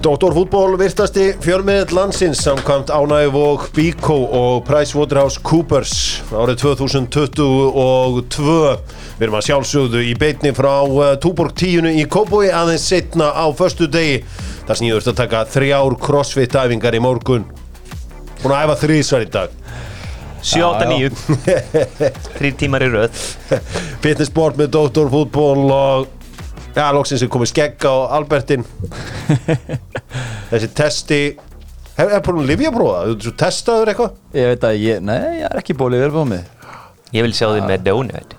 Dóttórfútból virtasti fjölmiðl landsins samkvæmt Ánægvog Bíkó og PricewaterhouseCoopers árið 2022 Við erum að sjálfsögðu í beitni frá eh, Túborg 10 í Kóboi aðeins setna á förstu degi Það snýður að taka þrjár crossfit æfingar í morgun Búin að æfa þrísvar í dag 7-8-9 Þrýr tímar í röð Fitnessport með Dóttórfútból og Já, loksins er komið skegg á Albertin Þessi testi Hefur hef búin að lifja prófa? Þú testaður eitthvað? Ég veit að ég, nei, ég er ekki bólið verðbómið Ég vil sjá þið með donut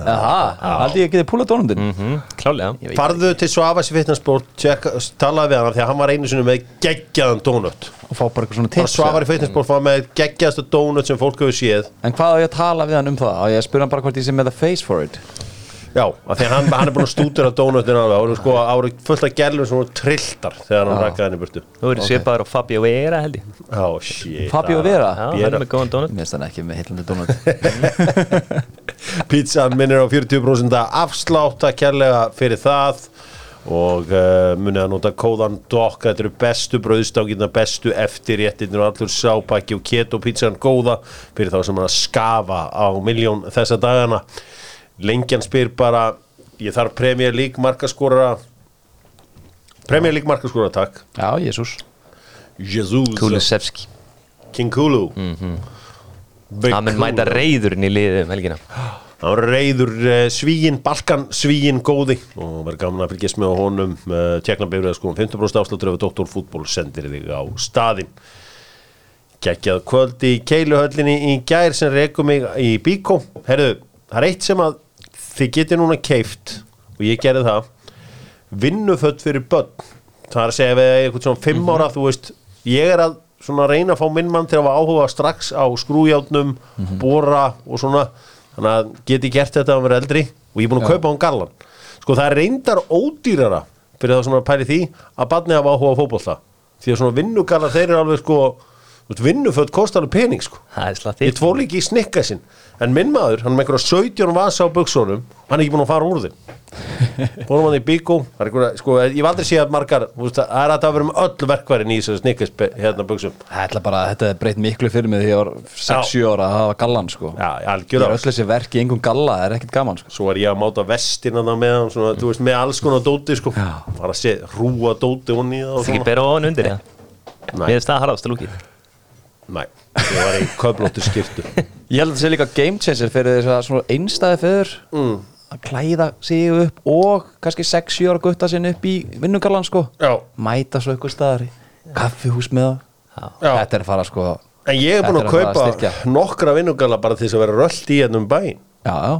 Aha, haldi ég að geti púlað dónundin Mhm. mm. mm, Klálega Ég veit Farðu til Svavas í fitnessport tjekk, talaðu við hann því að hann var einu sinni með geggjaðan donut Og fá bara bara eitthvað svona tips Svavar í fitnessport var með geggjaðasta donut sem fólk hefur séð En hvað á ég að tala við hann um það? Á ég að spura hann bara hvort ég sé með það face for it já, af því að hann, hann er búin að stútur að donutin alveg og sko ára fullt af gerlum sem voru trilltar þegar hann rakkaði henni burtu Þú eru okay. svipaður á Fabio Vera held ég já, shit Fabio Vera? Já, Vera. hann er með góðan donut Mér finnst hann ekki með heillandi dónund Pizzan minnir á 40% afslátt að kærlega fyrir það og uh, munið að nota kóðan DOC, þetta eru bestu brauðstákirna, bestu eftirréttirnir og allur sápakki og keto pizzan góða fyrir þá sem er að skafa á miljón þessa dagana lengjan spyr bara ég þarf Premier League markaskora Premier League markaskora takk Já, Jésús Jesus Kulusevski King Kulu mm Hann Mhm. mun mæta reyðurinn í liðið um helgina Það var reyður uh, svíin, balkan svíin góði og verður gaman að fylgjast með á honum uh, tjekna bifræða skoðum 50% afsláttur ef Dr. Fútból sendir þig á staðin Kekjað kvöld í keiluhöllinni í gær sem rekum mig í bíkó Herðu, það er eitt sem að þið getur núna keift og ég gerði það vinnuföld fyrir börn það er að segja við eitthvað svona fimm ára þú veist, ég er að svona reyna að fá minn mann til að hafa áhuga strax á skrújátnum, bóra og svona, þannig að geti gert þetta að vera eldri og ég er búin að kaupa hún garlan sko það er reyndar ódýrara fyrir það sem er að pæli því að barni hafa áhuga á fótbolta, því að svona vinnugarlar þeir eru alveg sko, þú veist, vinnuföld kostar alveg pening sko Það er Ég slattið tvor líki í snikka sinn En minn maður, hann er með einhverja 17 vasa á buksónum og Hann er ekki búin að fara úr þeim Búin hann í bíkó það er einhverja- sko, Ég hef aldrei séð að margar þú veist, Það er að það vera með öll verkværin í þessu snikka hérna buksum Það ætla bara að þetta er breytt miklu fyrir mig því ég var 6-7 ára að hafa gallan sko Já, Ég er algjörða öll þessi verk í engum galla, það er ekkert gaman sko Svo er ég að máta vestina það með hann svona, Þú veist, með alls konar dóti sko. Bara að sé rúa dóti hún í það og Það ekki svona. bera ofan undir það Nei, Mér er stað harðast að lúki nei, ég var í köflóttu skiptu Ég held að þetta sé líka game changer fyrir þess að svona einstæði fyrir mm. að klæða sig upp og kannski 6-7 ára gutta sinni upp í vinnugallan sko Já. mæta svo eitthvað staðar í kaffihús með það Já. Þetta er að fara sko En ég er búin að Þetta er að fara að kaupa nokkra vinnugala bara til þess að vera rölt í hennum bæinn Já, já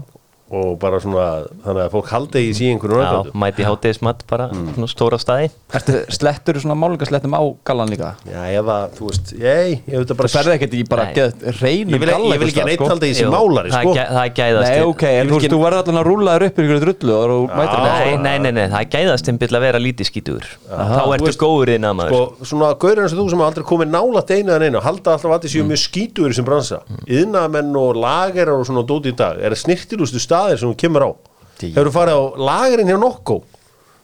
og bara svona, þannig að fólk haldi í síðan einhvern Já, veginn mæti hátíðismat bara Mm. svona stóra staði Ertu slettur svona málinga slettum á gallan líka? Já, eða, þú veist, ei, ég veit að Þú bara ferði ekkert í bara Nei. geð, reynum Ég vil, galla ég vil ekki að neitt sko. halda í þessi Jú, málari, það sko er gæ- Það er gæðast Nei, ok, en þú veist, þú verður allan að rúla þér upp í ykkur drullu og þú mætir Nei, nei, nei, nei, það er gæðast einbill að vera lítið skítur Þá Ah. þú ertu veist- Sko, góður inn að maður Og svona gaurinn sem þú sem aldrei komið nálætt einu en einu Halda alltaf að þið Mm. séu mjög skítur sem bransa Yðnamenn og lagerar og svona dót í dag Er það snirtilustu staðir sem þú kemur á Dí. Hefur þú farið á lagerinn hjá nokko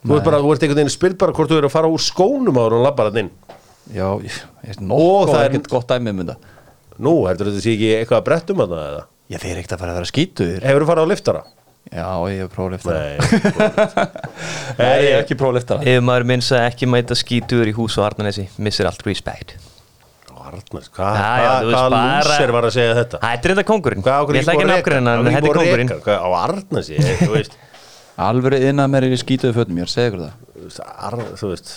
Þú ert bara, þú ert einhvern veginn spil bara hvort þú er að fara úr skónum ára og labbar hann inn Já, ég ég veist, nokkuð það er er- ekkert gott um dæmið mynda Nú, heldur þetta sé ekki eitthvað að brettum að það eða Ég fer ekkert að fara að vera skítur Hefur þú farið á liftara? Já, ég hef próflið eftir Nei Nei, ég hef ekki próflið eftir Ef maður minnst að ekki mæta skítur í hús og harnanesi missir allt respect Arnar, hvað Já, já, hva, þú veist, hvaða bara- lúser var að segja þetta? Þetta er þetta kongurinn Hvað á okkur Ég ætla ekki að nafngreina hann, en þetta er kongurinn Hvað á Arnars, ég, þú veist, Alvöru innan mér er í skítuðu fötum, ég er að segja ykkur það þú veist, Ar, þú veist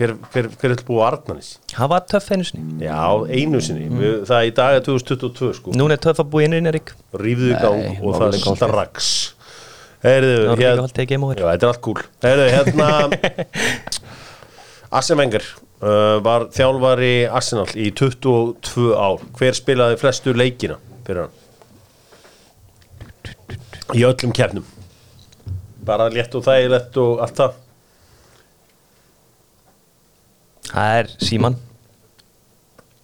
hver, hver, hver er búið á Arnars? Hann var töff einu sinni Já, einu sinni, Mm. Við, það er í dag er 2022 sko, Núna er töff að búi innurinn Erik rífðu í gang Nei, og Norðurlín það Golfi. strax Heyrðu, Norðurlín hér- Golfi, ekki móður. Já, þetta er allt kúl Heyrðu, hérna Arsene Wenger uh, var þjálfari Arsenal í 22 ár Hver spilaði flestu leikina fyrir hann? Í öllum kefnum Bara létt og þægilegt og allt það Það er Síman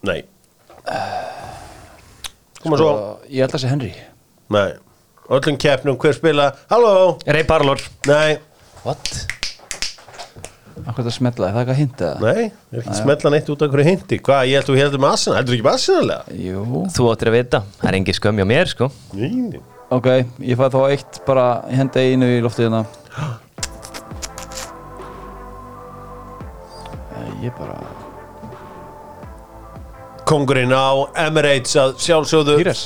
Nei Koma svo Sko, Ég held að segja Henry Nei Öllum kefnum hver spilaði Halló Ray Parlor Nei What? Akkur þetta smetlaði, það er eitthvað hintið Nei, er ekki smetlan eitt út af hverju hindi Hvað, ég held að við heldum að Arsenal, heldur ekki með Arsenal Jú, Þú áttir að vita, það er engi skömmi á mér sko Nýni ok, ég fæði þá eitt bara ég hendi einu í loftið hérna Eh, Ég bara Kongurinn á Emirates að sjálfsögðu Píres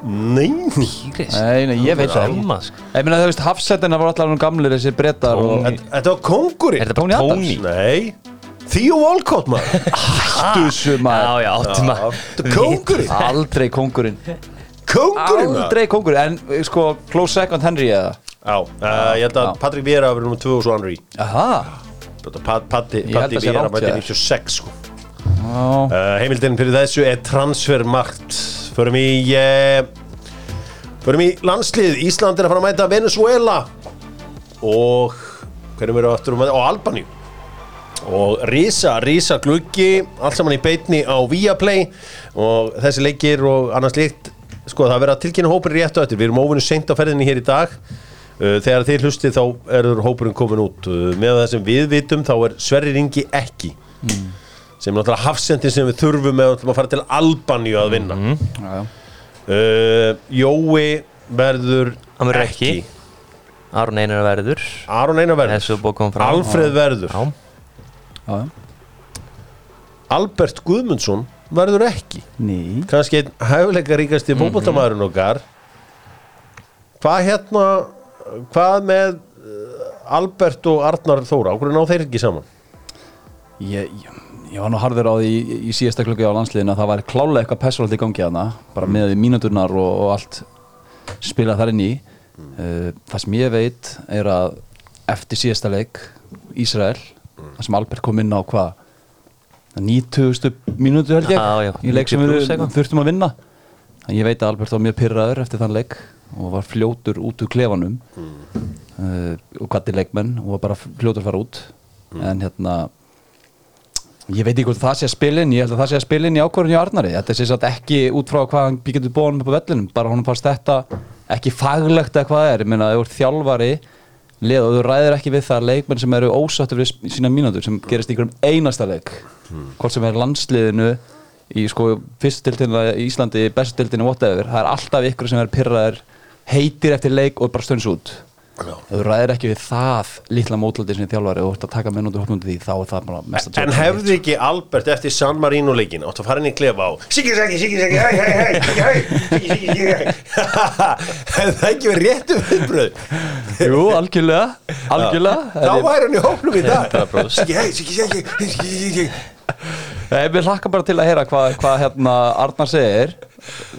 Nýni Íris Nei, nei, ég veit það Amma, sko. Ég meina þú veist, hafsettina var allar hann gamlir þessi brettar og Þetta var kongurinn Er þetta bara Tony? Tony Nei Theo Walcott maður Dussu Já, maður já, áttum að Þetta er Kóngurinn Aldrei kóngurinn Kóngurinn maður Aldrei kóngurinn En eh, sko, close second Henry eða Já, uh, ég held að Já. Patrik Vera verið nummer 2 og svo Henry Aha Þetta Pat- Patti Ég held Patti að sé Vera rangt hjá mætti þér. 96 sko Já Uh, heimildin fyrir þessu er transfermarkt Förum í uh, Förum í landslið Ísland er að fara að mæta Venezuela Og Hverjum eru aftur að mæta? Og Albaníu Og Risa, Risa gluggi Allt saman í beitni á Viaplay Og þessi leikir og annars líkt Sko það er verið að tilkynna hópur rétt á eftir Við erum óvinni seint á ferðinni hér í dag Uh, Þegar þið hlustið þá erur hópurinn komin út Uh, Með það sem við vitum þá er Sverri Ringi ekki sem er náttúrulega hafsendin sem við þurfum ef við ætlum að fara til Albaníu að vinna Mhm. Já, já. uh, Jói verður Hann verður ekki. Aron Einar verður Aron Einar verður Þessu bók kom fram Alfreð verður Já, Já, já. Albert Guðmundsson verður ekki Ný kannski einn hæfuleika ríkasti Mhm. fótboltamaðurinn okkar hvað hérna hvað með uh, Albert og Arnar Þóra, okkur ná þeir ekki saman Ég, ég, ég var nú harður á því í, í síðasta klukki á landsliðinu að það var klálega eitthvað pessuraldi í gangi hana bara mm. með mínúturnar og, og allt spila þar inn í Mm. uh, það sem ég veit er að eftir síðasta leik Ísrael, Mm. það sem Albert kom inn á hvað 90. mínútu held ég Já, já, í leik sem 90 við plús eitthvað. þurftum að vinna en ég veit að Albert var mjög pyrraður eftir þann leik og var fljótur út úr klefanum Mm. uh, og kvatti leikmenn og var bara fljótur að fara út Mm. en hérna ég veit ekki hvort það sé að spilin ég held að það sé að spilin í ákvörðinu í Arnari þetta sé satt ekki út frá hvað hann getur bóðan upp á vellinum bara honum fannst þetta ekki faglegt eða hvað það er ég meina að þú ert þjálfari lið og þú ræðir ekki við það leikmenn sem eru ósáttur við sína mínútur sem gerist í einhverjum einasta leik hvort sem er landsliðinu í sko fyrstu dildinu í Íslandi bestu dildinu whatever það er alltaf ykkur sem er pyrraður heitir eftir leik og bara stönns út Já. Ef þú ræðir ekki við það litla mótlandi sem þjálfari og þú ert að taka mennúti hóttmúti því þá er það bara mesta En djók. hefði ekki Albert eftir San Marino leikin átt að fara inn í klefa á Siggi, Siggi, Siggi, Siggi, hei, hei, hei, Siggi, hei, Siggi, Siggi, Siggi, hei Hefði það ekki verið um réttu viðbröð Jú, algjörlega, algjörlega Þá væri hann í hóflum í dag 100%. Siggi, hei, Siggi, Siggi, hei, Siggi, Siggi Ég vil eh, hlakka bara til að heyra hvað hva, hérna Arnar segir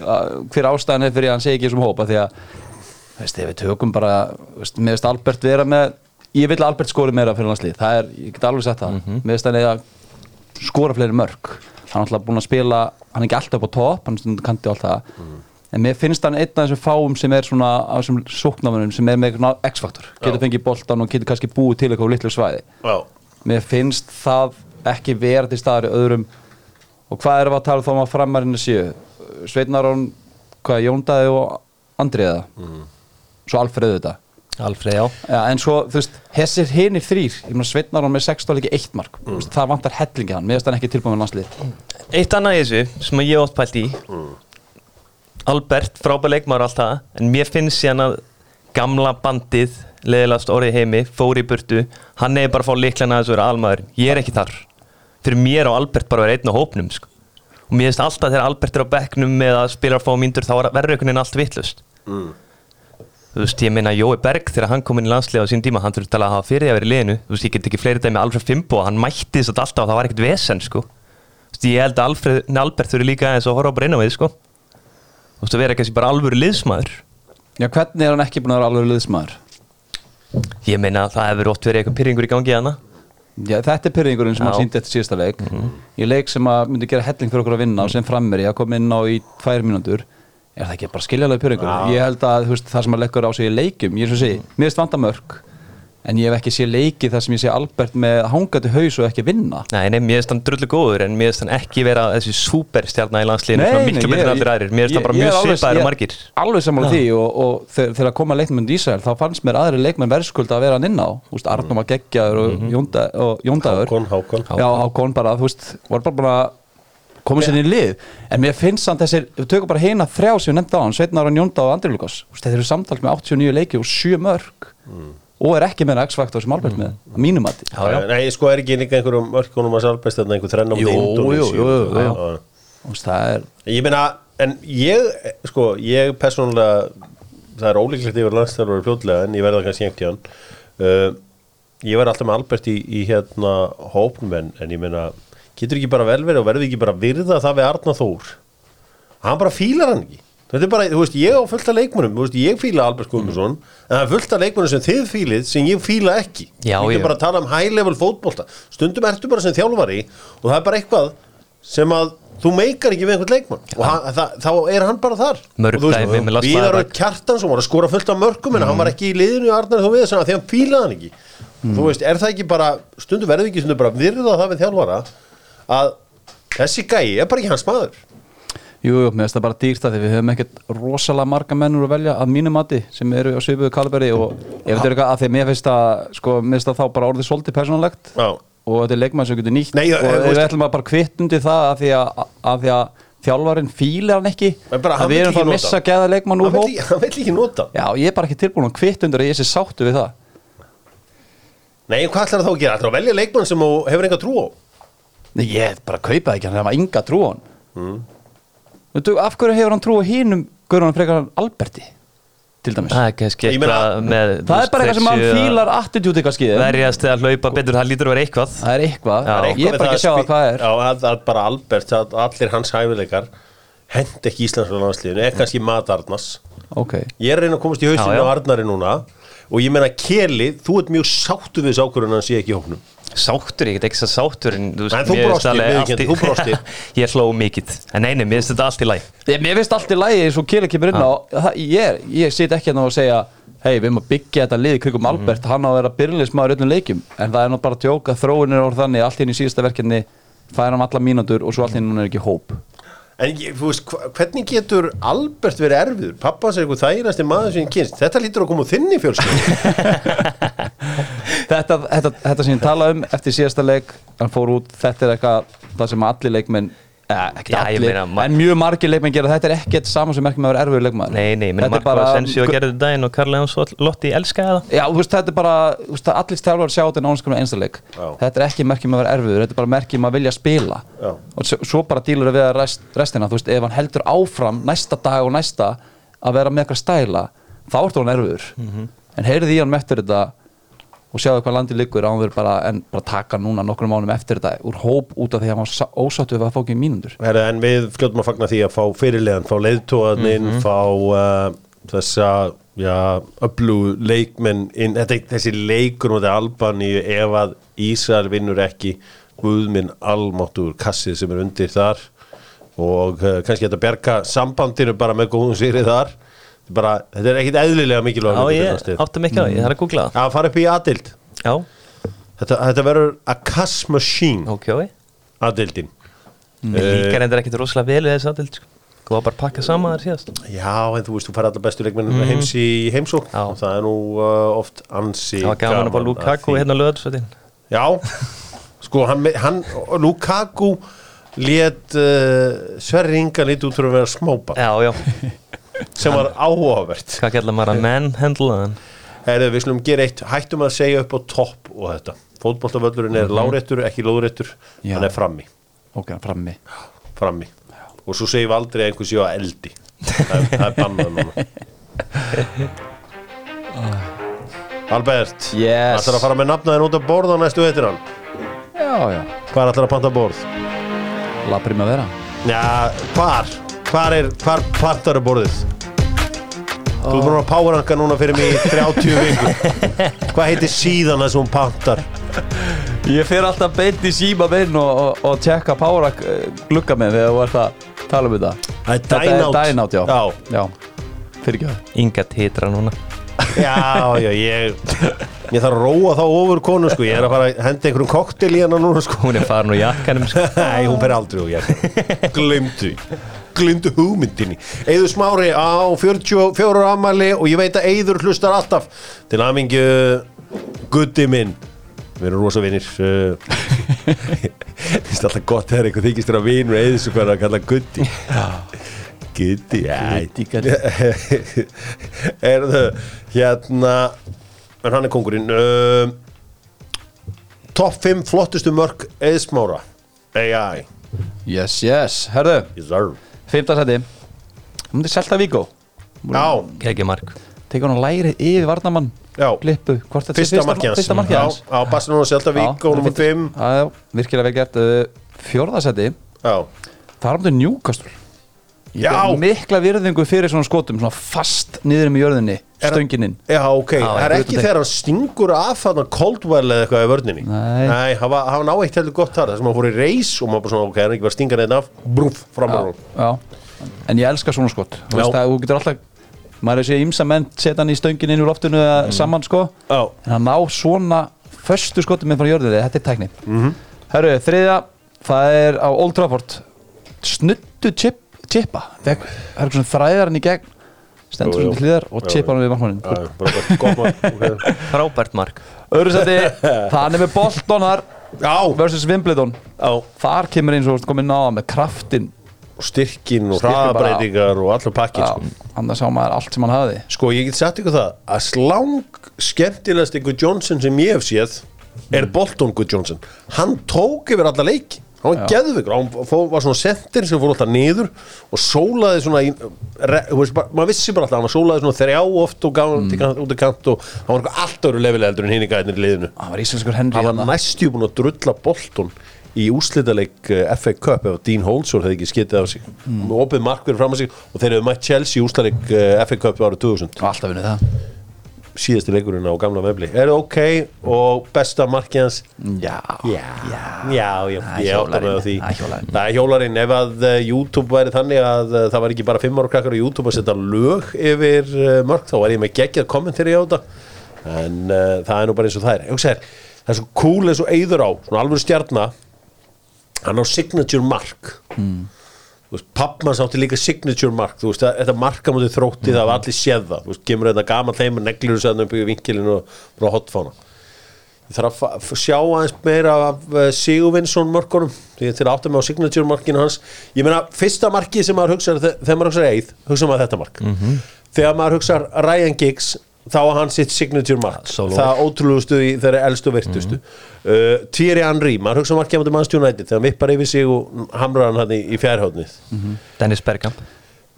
að- hver ástæðan er fyrir að hann segi ekki í þessum hópa því að veist, ef við tökum bara veist, mér veist Albert vera með ég vil að Albert skori meira fyrir landslið það er, ég get alveg sett það mm -hmm. mér veist hann eða skora fleiri mörg hann er alltaf búin að spila, hann er ekki alltaf upp á topp hann stundur kanti og allt það en mér finnst hann einn af þessum fáum sem er svona af þessum sóknámanum sem er með svona x-faktor getur fengið boltan og getur kannski búið til eitthvað á litlu svæði Já, mér finnst það ekki vera til staðar í öðrum og hvað erum við að tala þá um að framarinu séu Sveitnarón, hvað Jóndaði og Andriða mm. svo Alfreðu þetta Alfreð, já ja, en svo þú veist, hessir hinir þrýr ég meina Sveitnarón með 16 leiki eitt mark mm. veist, það vantar hellingi hann, mér finnst hann ekki tilbúin með landslið Eitt annað í þessu sem ég átt pælt í Albert, frábær leikmaður og allt það En mér finnst síðan að gamla bandið leðilast orðið í heimi, fór í burtu Hann hefur bara að fá líklan að þessu vera almaður Ég er ekki þar Fyrir mér á Albert bara að vera einn á hópnum sko. Og mér finnst alltaf þegar Albert er á bekknum með að spila að fá myndur þá er- verður einhvern veginn allt vittlust Þú veist, ég meina Jói Berg þegar hann kom inn í landslega á sín tíma, hann þurfti alveg að hafa fyrir því að vera í liðinu Þú veist, ég get ekki fleiri dæmi Alfred Fimbo hann mætti þess að alltaf og það var ekkert vesen, sko Þú veist, ég held að Alfred, nei, Albert þurfi líka aðeins að horfa bara inn á við, sko Þú veist, að vera kannski bara alvöru liðsmaður já, hvernig er hann ekki búin að vera alveg liðsmaður Ég meina að það hefur ótt verið eitthvað pyrringur í gangi hana já, þetta er pyrringurinn sem Já. Mhm. hann síndi eftir síðasta leik í leik sem að myndi gera helling fyrir okkur að vinna og sem frammeri að koma inn á í tvær mínútur er það ekki Mhm. bara skiljalega pyrringur ég held að þú veist, það sem að leggur á sig í leikum ég er svo að segja, mér finnst vanda mörg en ég hef ekki sé leiki þar sem ég sé Albert með hangandi haus og ekki vinna Nei, nei, mér finnst hann drullu góður en mér finnst hann ekki vera þessi superstjarnar í landsliðinu svona miklu betur en allir aðrir Mér finnst hann bara ég- ég mjög er alveg- svipaður ég- og margir alveg sammála því og, og þegar, þegar koma leikmenn í Ísrael þá fannst mér aðri leikmenn verðskulda að vera hann inn á Úst, Mhm. Arnum að geggjaður og, Jónda, og Jóndaður Hákon, Hákon Já, Hákon bara, þú veist, voru bara bara komið sér inn í lið en mér finnst samt þessir, við tökum bara heina þrjá sem við nefndi á hann, Sveitnar og Jónda og Andri Lukas Þú veist, þeir eru samtalt með 89 leiki og 7 mörg og er ekki með enn X-faktor sem Albert með, að mínum að Já, já. Nei, sko er ekki líka einhverjum örkunum að salbest þarna einhver þrenn á Jú, jú, jú, jú, jú. jú. það er, Ég meina, en ég, sko, ég persónulega, það er ólíklegt yfir landstæðarverður fljótlega, en ég verða kannski einhvern tíðan. Uh, ég verði alltaf með Albert í, í hérna hópnum, en, en ég meina, getur ekki bara vel verið og verður ekki bara að virða það við Arna Þór? Hann bara fílar hann ekki. Þetta er bara, þú veist, ég á fullt af leikmönum, þú veist, ég fíla Albert Guðmundsson, en það er fullt af leikmönum sem þið fílið sem ég fíla ekki. Já, ég já. er bara að tala um high level fótbolta. Stundum ertu bara sem þjálfari og það er bara eitthvað sem að þú meikar ekki við einhvern leikmann og hann, það, þá er hann bara þar Mörg og þú dæmi með Lars Mm. Viðar Lagerbäck. og Kjartan sem voru að skora fullt af mörgum en hann var ekki í liðinu í Arnar þú við þess að því hann fílaði hann ekki Mm. þú veist, er það ekki bara, stundum verður ekki stundum bara virða það við þjálfara að þessi gæi er bara ekki hans maður jú, jú, mér finnst það bara dýrt að því við höfum ekkert rosalega marga mennur að velja að mínum að sem eru á svipuðu kaliberi og ef þetta er eitthvað að því að mér finnst það, sko, mér finnst það þá bara orðið svolítið persónulegt Já. og þetta er leikmann sem getur nýtt Nei, já, og eh, við veist- ætlum að bara kvittundi það af því að, að, því að þjálfarinn fílar hann ekki En bara, hann að við vill erum ekki þá að nota missa hann. gæða leikmann úr hann vill, hóp ekki- hann vill ekki nota hann. Já, ég er bara ekki tilbúin að kvittundur að ég sé sáttu við það nei, en hvað ætlar það þá að gera, ætlar að velja leikmann sem þú hefur enga trú á Nei, ég bara kaupa ekki, hann það var ynga trú á hann Mm. Veitu, af hverju hefur hann trú á hínum Guðrún frekar hann Alberti til dæmis Það er kannski Ég meina- eitthvað með þú Það veist, er bara eitthvað sem hann þessu að fílar attitúti eitthvað skýðum Verjast eða hlaupa betur, það lítur að vera eitthvað Það er eitthvað, Já. ég er Eitthvað bara við ekki að sjá það að hvað spi- er Já, að, að bara Albert, að allir hans hæfileikar hend ekki íslenska landsliðinu, er kannski matarnas Ok, ég er að reyna að komast í Já, já. hausinu á Arnari núna og ég meina Keli, þú ert mjög sáttu við sákurinn hann sé ekki í hóknum Sáttur, ég get ekki að sáttur en þú, Nei, þú mér finnst brostir, alveg viðurkennt, allt í- þú brostir. Ég hló mikið, en neini, mér finnst þetta allt í læg Ég, mér finnst allt í lægi eins og Kili kemur inn á það, ég, er- ég sit ekki hérna og segja hei, við erum að byggja þetta lið í Mhm. krigum Albert hann á að vera byrjulismæður öllum leikjum en það er nú bara að tjóka, þróunin er orð þannig allt hérna í síðasta verkefni, fær hann alla mínútur og svo allt hérna er ekki hóp en ég, þú veist, hva- hvernig getur Albert verið erfiður, pappa hans er eitthvað þægilegasti maður sem ég kynst, þetta lítur að koma úr þinni fjölskyld þetta, þetta, þetta sem ég tala um eftir síðasta leik, hann fór út þetta er eitthvað, það sem allir leikmenn eh, ekkert Já, ég allir, meina, ma- en mjög margir leikmenn gera þetta er ekkert saman sem merkjum að vera erfiður leikmenn Nei, nei, minn Marko Asensio gerði þetta daginn og Karl Leons Lotti elskaði það Já, þú veist, þetta er bara, þú veist, að allir stjálfar sjá þetta nánast konar einstaleik Já. Þetta er ekki merkjum að vera erfiður, þetta er bara merkjum að vilja spila Já. Og svo, svo bara dílur við að rest, restina, þú veist, ef hann heldur áfram næsta dag og næsta að vera með eitthvað stæla Þá ertu hann erfiður En heyrið í hann eftir þetta og sjáðu hvað landið liggur án verið bara, en bara taka núna nokkrum mánum eftir þetta Úr hóp út af því að hann var sa- ósáttu við að fá ekki mínundur Herra, en við fljótum að fagna því að fá fyrirlegan fá leiðtóðaninn, fá uh, þessa, já, öflú leikmenn inn, þetta, er- þessi leikur mútið Albaníu ef að Ísrael vinnur ekki guðminn almáttur kassið sem er undir þar og uh, kannski þetta berga sambandinu bara með góðum sýri þar Þetta er bara, þetta er ekkit eðlilega mikilvæg Já, ég áttum ekki á því, ég þarf að googla það að fara upp í adild Já, þetta, þetta verður a cash machine ok, ok adildin Mér Eh, líka reyndar ekkert rosalega vel við þessi aðild sko. Góða bara að pakka saman þar síðast Já, en þú veist, þú fær allar bestu leikmennum heims í heimsókn Mhm. Já. og það er nú uh, oft ansi Það var gaman að fá Lukaku því. hérna löðarsvöldin Já, sko, hann, hann Lukaku lét uh, Sverri Inga lít út fyrir að vera smába Já, já, sem var áhugavert hvað gætla maður að manhandla hann Herðu, við slum gera eitt, hættum að segja upp á topp og þetta Fótboltavöllurinn Mhm. er láréttur, ekki lóðréttur Já. hann er frammi, Ok, frammi frammi og svo segjum við aldrei að einhver séu að eldi það, er- það er bannað núna Albert, Yes. ætlar að fara með nafnaðin út að borða næstu eittir hann Já, já, Hvar ætlar að panta borð? la prima vera Já, hvar? Hvar er, hvar partar er borðið? Þú er búin að powerhanka núna fyrir mig í 30 vikur Hvað heitir síðan þess að hún pantar? Ég fer alltaf beint í síma minn og, og, og tjekka Párak glugga minn þegar þú ert að tala um þetta Það er Þetta er Dynout Dynout, já Já, Já, fyrir ekki það Inga titra núna Já, já, ég Ég þarf að róa þá ofur konu sko Ég er að fara að henda einhverjum koktel í hana núna sko Hún er farin úr jakkanum sko. Nei, hún fer aldrei úr jakkanum Glimtu Glimtu hugmyndinni Eður Smári á 44 afmæli Og ég veit að Eður hlustar alltaf Til amingju Guddi minn Við erum rosa vinnir Finnst alltaf gott þegar einhver þykist þér að vinur Eður svo hvað er að kalla Guddi Guddi, já Guddi, Guddi. Erðu, hérna En hann er kongurinn um, Top 5 flottustu mörg eðsmára AI Yes, yes, herðu Yes sir Fymta seti Hún myndi selta Víkó Já, Kekki mark Tekur hann á læri yfir varnamann Já. Glippu Hvort þetta er fyrsta markið hans Fyrsta markið hans Já, á Barcelona Selta Vík og nummer 5 Já, já, virkilega vel gert uh, Fjórða seti Já, Það er myndi njúkastur já Mikla virðingu fyrir svona skotum Svona fast niður með jörðinni Er- Stöngininn Já, ok, það er ég veit ekki þetta. þegar hann stingur af þarna Coldwell eða eitthvað í vörninni Nei. Nei hann var- hann á eitt heldur gott þar þess að hann fór í reis og maður bara svona, ok, hann er ekki bara að stinga neitt af brúf, framar hún Já, en ég elska svona skot Þú Já. veist að þú getur alltaf Maður er séð ímsa menn setja hann í stöngin inn úr loftinu eða Mhm. saman sko Já. En hann ná svona Föstu skotum minn frá jörðinni, þetta er tækni Mhm. -hmm. Herru, þriðja Það er á Old Trafford Snuttu chip, chipa Fekk, Það er svona þræðar hann í gegn Jú, Stendur jú. svona til hliðar og Já, chipa hann við markmannin Já, bara bara gott mál ok. Frábært mark Öðru seti, það er með Boltonar Já, versus Wimbledon já Þar kemur eins og komið náða með kraftin og styrkin og Styrkin bara- hraðabreitingar og allur pakkin Já, sko. annars sá maður allt sem hann hafði sko ég get sagt ykkur það að slang skemmtilegast ykkur Johnson sem ég hef séð er Bolton Good Johnson hann tók yfir alla leiki hann var geðvikur, hann fó, var svona sentir sem fór alltaf niður og sólaði svona í, re, þú veist, bara, maður vissi bara alltaf hann sólaði svona þrjá oft og gaf hann til kant, út í kant og hann var eitthvað allt öru lefileg heldur en hinn í gæðinni í liðinu Hann var íslenskur Henry hann hérna. var næstjú búinn að drulla Bolton í úslitaleik eh, FA Cup ef Dean Holdsworth hefði ekki skitið af sig mm. opið markverð fram að sig og þeir hefðu mætt Chelsea í úslitaleik eh, FA Cup ára 2000 Og alltaf unnið það síðasti leikurinn á gamla mefli er það ok og besta markið hans Já, já, já, já Það er ég átta mig á hjólarinn. því Það er hjólarinn. það er hjólarinn ef að eh, YouTube væri þannig að eh, það var ekki bara 5 ára krakkar á YouTube að setja lög yfir uh, mörg þá var ég með geggjað kommentari á þetta en uh, það er nú bara eins og það er Ég sér, það er svo cool eins og eyður á svona alveg stjarna hann á signature mark þú veist, pappmanns átti líka signature mark þú veist, að- þetta marka mútið þrótti það var allir séð það, þú veist, kemur þetta gaman þeimur neglur þess að upp í vinkilin og bara hotfána ég þarf að fa- f- sjá aðeins meira af eh, Sigurvinsson mörkunum, því ég til að átta mig á signature markinu hans, ég meina fyrsta markið sem maður hugsa, þegar maður hugsa eið hugsa maður þetta mark, þegar maður hugsa Ryan Giggs, þá var hann sitt signature mark, solo. það ótrúlustu í þeirra elstu og virtustu uh, Thierry Henry, maður hugsa markið á mútið Manchester United, þegar hann vippar yfir sig og hamrar hann hann í, í fjærhóðnið Dennis Bergkamp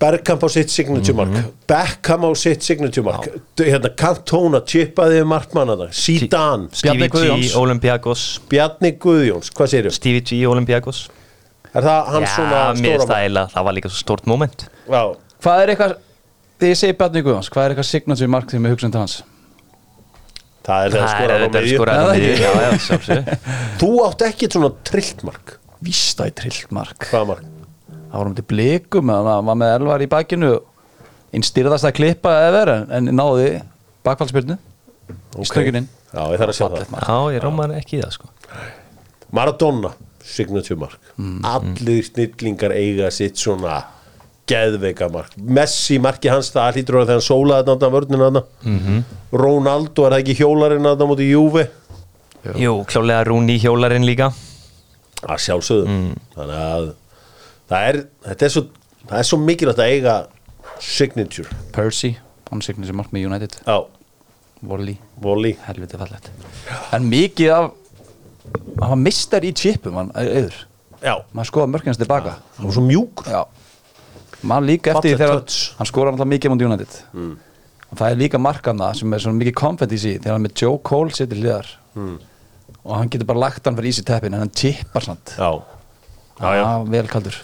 Bergkamp á sitt signature mark Mhm. Beckham á sitt signature mark D- hérna, Cantona, um Chipaði Markmannana, Zidane, Stevie G, Guðjóns. Olympiakos Bjarni Guðjóns hvað séru? Stevie G, Olympiakos Er það hann Já, svona mér stóra finnst það eiginlega Það var líka svo stort moment Já, Hvað er eitthvað Þegar ég segi Bjarni Guðjóns, hvað er eitthvað signature mark þegar við hugsaðum til hans? það er það Það er skorað á þetta miðju skoraði á Já, miðju það Já, já, sjálfsög Þú átt ekki svona trilltmark Vísta í trillmark Hvaða mark? Það var um til blikum, að hann var með elvar í bakinu Einn styrðast að klippa efer en, en náði bakfallspyrnu Í stöngin inn Já, ég þarf að sjá það Já, ég rómaði ekki í það sko Maradona, signature mark Allir snillingar eiga sitt svona geðveika mark Messi marki hans, það hlýtur að vera þegar hann sólaði þetta andan vörnina þarna Ronaldo, er það ekki hjólarinn þarna múti Júfi Jú, klálega Rúni hjólarinn líka að sjálfsögðu þannig að það er, þetta er svo, það er svo mikilvægt að eiga signature Percy, hann signature mark með United á Volley, voli helviti fallegt En mikið af Hann var mistar í chipum, hann auður já, Maður skoða mörkjans tilbaka það var svo mjúkur Já Man líka eftir því Fallegt þegar touch. hann skora alltaf mikið mútið United Mm. og það er líka markana sem er svona mikið confidence í þegar hann með Joe Cole setur hliðar Mm. og hann getur bara lagt hann fyrir easy tappin en hann tippar samt já, já, já Ah, vel kaldur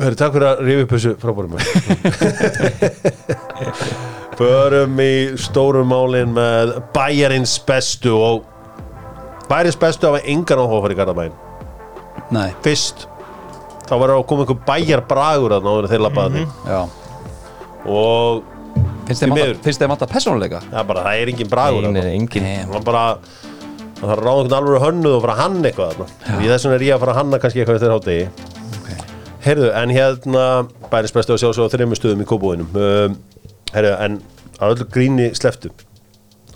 Hörru, takk fyrir að rifi upp þessu frábærum Förum í stóru málin með bæjarins bestu og bæjarins bestu hafa engan áhuga að fara í Garðabæin Nei, fyrst þá Mhm. var að koma einhver bæjarbragur að náður þeir labbaði mm já og Finnst þeim Því vanta- miður. finnst þeim alltaf persónuleika? það er bara, það er engin bragur Nei, þarna. nei, engin. Nei. það er bara það þarf að ráða einhvern alveg hönnuð og fara að hanna eitthvað þarna. og í þessum er ég að fara að hanna kannski eitthvað eftir hátegi heyrðu, en hérna bærinsbæstu að sjá svo á þreymur stöðum í kóbúinum um, heyrðu, en að öllu gríni sleftu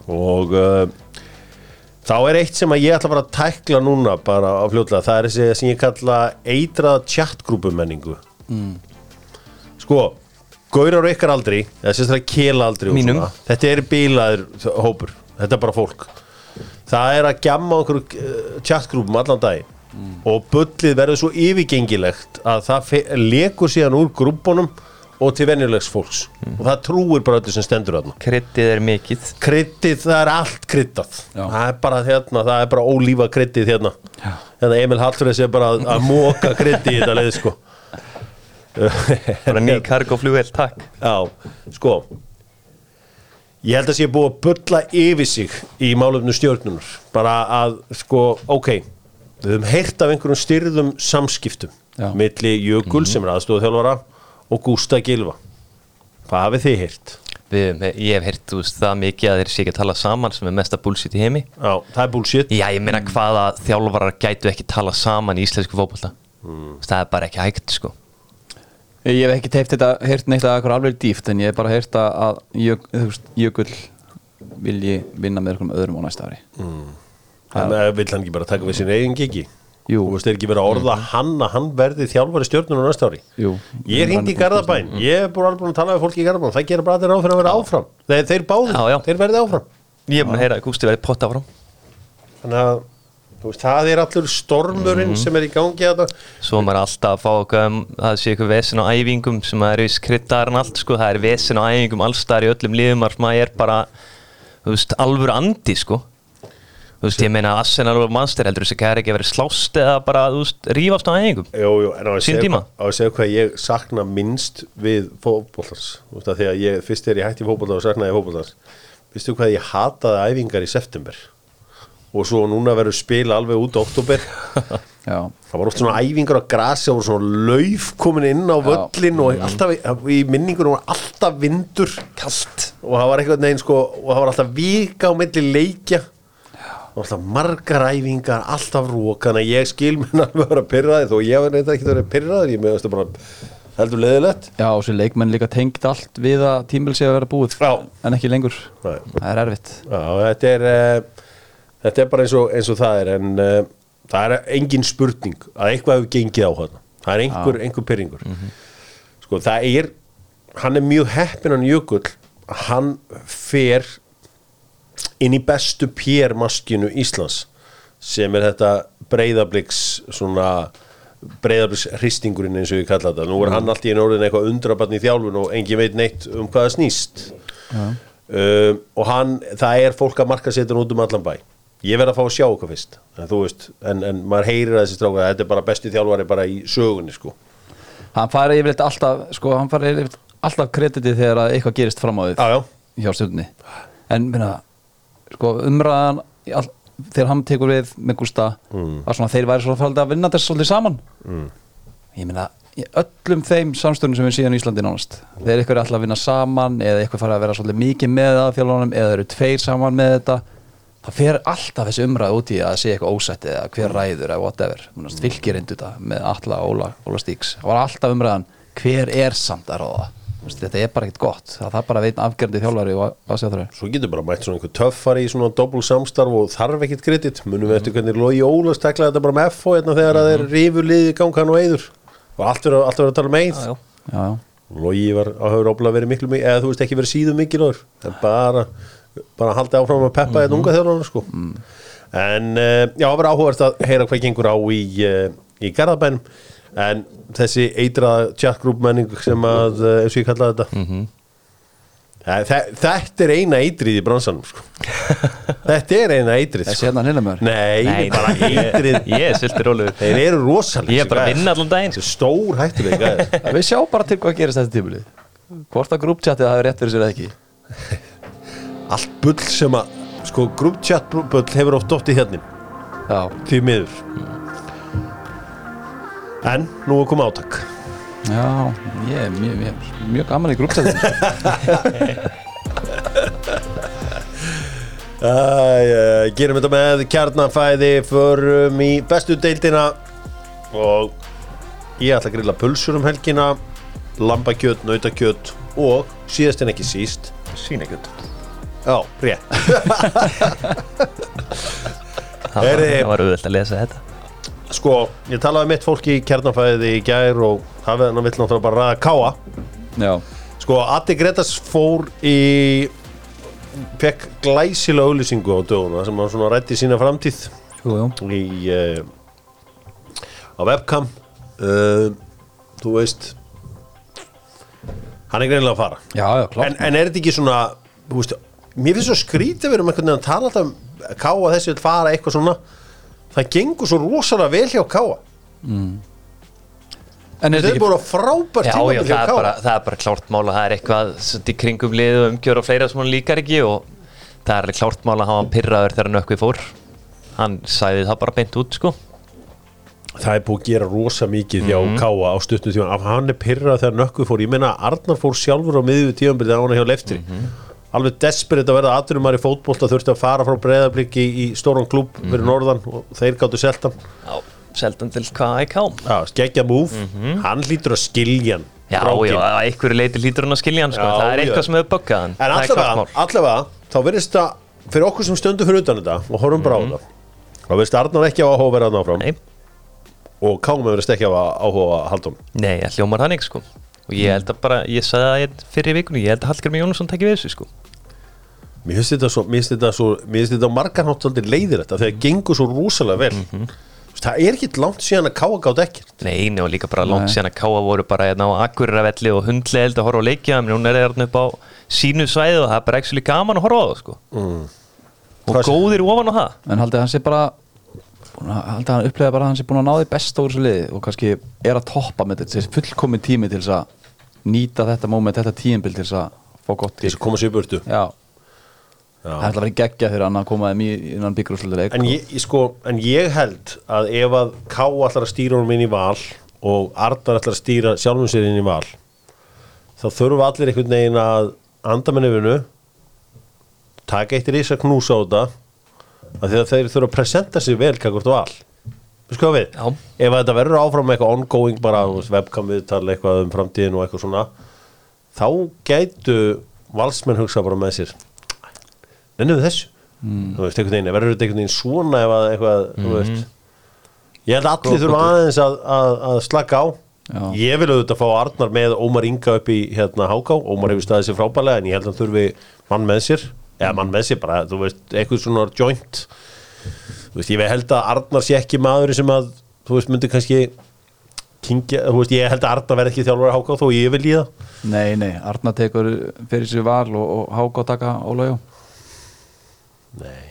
og uh, þá er eitt sem að ég ætla bara að tækla núna bara á fljótlega, það er þessi sem ég kalla eitraða chatgrúpumenningu sko Gaurar á ykkar aldri, eða sérstaklega kela aldri og Mínum. svona, Þetta er bílaður hópur, þetta er bara fólk Það er að gjamma okkur uh, chatgrúpum allan daginn og bullið verður svo yfirgengilegt að það fe- lekur síðan úr grúpunum og til venjulegs fólks og það trúir bara öllu sem stendur þarna Kryddið er mikið kryddið, það er allt kryddað Já. það er bara hérna, það er bara ólífa kryddið hérna, hérna Emil Hallfriðs er bara að, að móka kryddið í þetta leið sko Bara ný kargoflugvel, takk Já, sko Ég held að sé búið að bulla yfir sig í málefnu stjórnunar bara að, sko, ok við höfum heyrt af einhverjum styrðum samskiptum Já. Mhm. milli Jökul sem er aðstofþjálfara og Gústa Gilva Hvað hafið þið heyrt? Við, Ég hef heyrt þú veist það mikið að þeir sé ekki að tala saman sem er mesta bullshit í heimi Já, það er bullshit Já, ég meina hvaða þjálfarar gætu ekki tala saman í íslensku fótbolta Það er bara ekki hægt sko Ég hef ekki teift þetta, heyrt neitt að eitthvað alveg dýft en ég hef bara heyrt að- að jök- þú veist, Jökull vilji vinna með einhverjum öðrum á næsta ári Þannig að vill hann ekki bara taka við sinni eigin gigi Jú. Þú veist, er ekki verið að Mhm. orða hann að hann verði þjálfari stjórnunar næsta ári Jú. Ég er hindi í Garðabæn, Mhm. ég er búin alveg búin að tala við fólki í Garðabæn, það gerir bara allir ráð fyrir að vera áfram Þeir, þeir báðir, Já, já. þeir verði áfram Ég hef mér að heyra að Gústi verið potta áfram þannig að þú veist, það er allur stormurinn Mhm. sem er í gangi að það Svo er maður alltaf að fá okkar um, það sé ykkur vesen á æfingum sem að eru í skrittar en allt sko, það er vesen á æfingum allstar í öllum liðum þar sem að ég er bara þú veist, alvöru andi sko þú veist, ég meina Arsenal og Manchester heldur þessi kæri ekki að vera slást eða bara, þú veist, rífast á æfingum Jú, jú, en á að, Sinn segja, tíma. hvað- á að segja hvað ég sakna minnst við fótbollars þú veist að þegar ég, fyrst er ég hætti fótbollar og saknaði fótbollars veistu hvað ég hataði æfingar í september og svo núna verður spila alveg út á oktober Já, það var oft svona æfingar á grasi og voru svona lauf komin inn á völlin og alltaf, í minningunum var alltaf vindur Kalt og það var eitthvað neginn sko og það var alltaf vika á milli leikja og alltaf margar æfingar alltaf rók, þannig að ég skil mér alveg að vera pyrraði þó ég var reynda ekki að vera pyrraði ég meðast að bara heldur leðilegt Já, og sér leikmenn líka tengt allt við að tímil sé að vera búið Já. en ekki lengur Nei. Það er erfitt Já, þetta er uh, þetta er bara eins og, eins og það er en uh, það er engin spurning að eitthvað hefur gengið á hana það er einhver, einhver pyrringur sko það er hann er mjög heppin hann Jökull að hann fer inn í bestu PR-maskinu Íslands sem er þetta breyðabliks svona breyðabliks hristingurinn eins og ég kalla þetta nú er hann allt í einu orðin eitthvað undrabarn í þjálfun og engin veit neitt um hvað það snýst um, og hann, það er fólk að marka setja út um allan bæ ég verð að fá að sjá okkur fyrst en, þú veist, en, en maður heyrir að þessi stráka þetta er bara besti þjálfari bara í sögunni sko. Hann farið yfirleitt alltaf sko, hann farið yfirleitt alltaf kreditið þegar að eitthvað gerist fram á því já, já, hjá stjórnni en minna, sko, umræðan í all, þegar hann tekur við með Gústa Mm. var svona að þeir væri svona faldið að vinna þess svolítið saman ég meina í öllum þeim samstöðunum sem við síðan í Íslandi nánast þeir eitthvað er alltaf að vinna saman eða eitthvað farið að vera svolítið mikið með aðfjálunum eða eru tveir saman með þetta það fer alltaf þessi umræð út í að sé eitthvað ósætt eða hver ræður eða whatever Mjönast, fylgir reyndu þetta með alla Óla, Óla Stíks það var alltaf umræðan hver er samt að ráða Mjönast, þetta er bara ekkit gott það þarf bara að veitna afgerandi þjálfari og aðsjáþröður svo getur bara mætt svona einhver töffari í svona dobbul samstarf og þarf ekkit kredit munum við eftir hvernig Lói Ólas teklaði þetta bara með FO hérna, þegar að þeir rifur liði gangan og eyður og allt verður allt verður að tala um eyð já. já, já Lógi var á höfur óbúlega verið miklu mikið eða þú veist ekki verið síðu mikið lóður en bara, bara haldið áfram að peppa mm Mhm. þetta unga þjóðlana sko Mm. en uh, já, það var áhugast að heyra hvað gengur á í, uh, í Garðabænum en þessi eitra tjakkgrúpmenning sem að, uh, eins og ég kallaði þetta mm Mhm. -hmm. þetta er eina eitrið í bransanum sko. þetta er eina eitrið þessi sko. hérna nýlumör nei, Nei, bara eitrið ég, ég er svolítið rólegur þeir eru rosalega Ég er bara að vinna allan daginn sko. stór hættulega við sjáum bara til hvað gerist þetta tímulið hvort að grúptjatið hafi rétt fyrir sér eða ekki allt bull sem að sko grúptjatt bull hefur oft dótt í hérna já, því miður en nú er komið átak já ég er mjög, mjög, mjög gaman í grúptjatið Æ, uh, gerum þetta með kjarnafæði förum í bestu deildina og ég ætla að grilla pulsur um helgina lambakjöt, nautakjöt og síðast en ekki síst Sýnekjöt já, rétt Það var, Heyri. það var auðvelt að lesa þetta Sko, ég talaði um mitt fólk í kjarnafæði í gær og hafið hann að vill náttúrulega bara ræða káa. Já, Sko, Addi Gretas fór í fekk glæsilega auðlýsingu á döguna sem hann svona rætti sína framtíð jú, jú í uh, á webcam uh, þú veist hann er greinilega að fara Já, já, klart en, en er þetta ekki svona þú veist, mér finnst svo skrítið við erum einhvern veginn að tala alltaf um káa þessi vil fara eitthvað svona það gengur svo rosalega vel hjá káa En er Þeir þetta eru ekki búin að frábært Já, já, tímabil hjá það er, Káa. bara, það er bara klárt mál að það er eitthvað svolítið í kringum lið og umgjör og fleira sem hann líkar ekki og það er alveg klárt mál að hafa pyrraður þegar nökkvi fór hann sæði það bara beint út sko Það er búið að gera rosa mikið hjá Mhm. Káa á stuttum tíma af hann er pyrrað þegar nökkuð fór ég meina Arnar fór sjálfur á miðju tímabilið á hann hjá leftri Mhm. alveg desperate að verða aðrumar í fótbolta þurfti að fara frá breyðabliki í, í stóran klub Mhm. fyrir norðan og þeir gáttu seltan Já, seldan til hvað ég kám ja, skeggja múf, hann hlýtur að skilja hann Mhm. Já, strákinn. já, að einhverju leiti lítur hann að skilja hann sko. Já, það er já. eitthvað sem hefur böggað hann En Það er klárt allavega, mál. allavega þá verðist það, fyrir okkur sem stöndum fyrir utan þetta og horfum bara á þetta þá verðist Arnar ekki á áhuga að vera hann áfram Mhm. Nei, og Káma verðist ekki á áhuga að halda hann nei, það hljómar þannig sko. og ég held að bara, ég sagði það hérna fyrir í vikunni ég held að Hallgrimmi Jónusson tekki við þessu sko. Mér finnst þetta svo, mér finnst þetta svo, mér finnst þetta á margar hátt svolítið leiðir þetta þegar gengur svo rúsalega vel Þú veist, Það er ekkit langt síðan að Káa gátt ekkert Nei, nei, og líka bara langt síðan að Káa voru bara hérna á Akureyravelli og hundlega held að horfa á leikja en hún er hérna upp á sínu svæði og það er bara ekki svolítið gaman að horfa á það sko. og Mm. Hvað sé- góðir ofan á það En haldið hann sé bara búin að- Haldið hann upplega bara að hann sé búin að ná því best á þessu liði og kannski er að toppa með þetta þessi fullkomin tími til þess að nýta þetta moment, þetta tímbil til þess að fá gott Þess að koma sér í burtu Já, það Já. ætla að vera geggja fyrir hann að koma þeim í innan byggjurúsleik En ég, ég sko, en ég held að ef að Káa ætlar að stýra honum inn í val og Arnar ætlar að stýra sjálfum sér inn í val þá þurfa allir einhvern veginn að anda með nefinu taka eitt risa knús á þetta af því að þeir þurfa að presenta sér vel kakvart val Við sko við, Já. ef að þetta verður áfram með eitthvað ongoing bara þú veist, webcam viðtal eitthvað um framtíðin og eitthvað svona þá gætu valsmenn hugsa bara með sér nennum við þessu þú veist, einhvern veginn, verður þetta einhvern veginn svona ef að eitthvað, þú veist ég held að allir þurfa aðeins að, að, að slaka á Já. ég vil auðvitað fá Arnar með Ómar Inga upp í hérna Háká, Ómar hefur staðið sér frábælega en ég held að hann þurfi mann með sér eða mann með sér bara, þú veist, eitthvað svona joint, þú veist, ég held að Arnar sé ekki maður sem að þú veist, myndi kannski kingja, þú veist, ég held að Arnar verði ekki þjálfari Háká þó ég vil í það, Nei, nei, Arna tekur fyrir sér val og, og Háka taka Óla Jó nei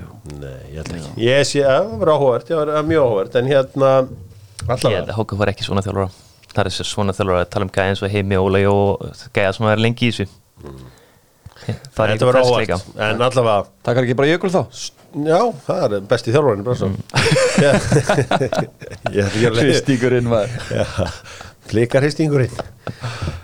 Jú Nei, ég held ekki Ég sé, ja, það var áhugavert, já, það var mjög áhugavert En hérna, Ég held allavega að Hóka var ekki svona þjálfara það er þessi svona þjálfara að tala um gæði eins og heimi Óla Jó og gæða sem er lengi í þessu Það er Mm. Þetta ekki var pressleika áhugavert, en allavega Takar ekki bara Jökul þá? Já, það er besti þjálfarinn bara svo Mm. Ég ætla ekki að leið Stíkurinn var Flikar hristingurinn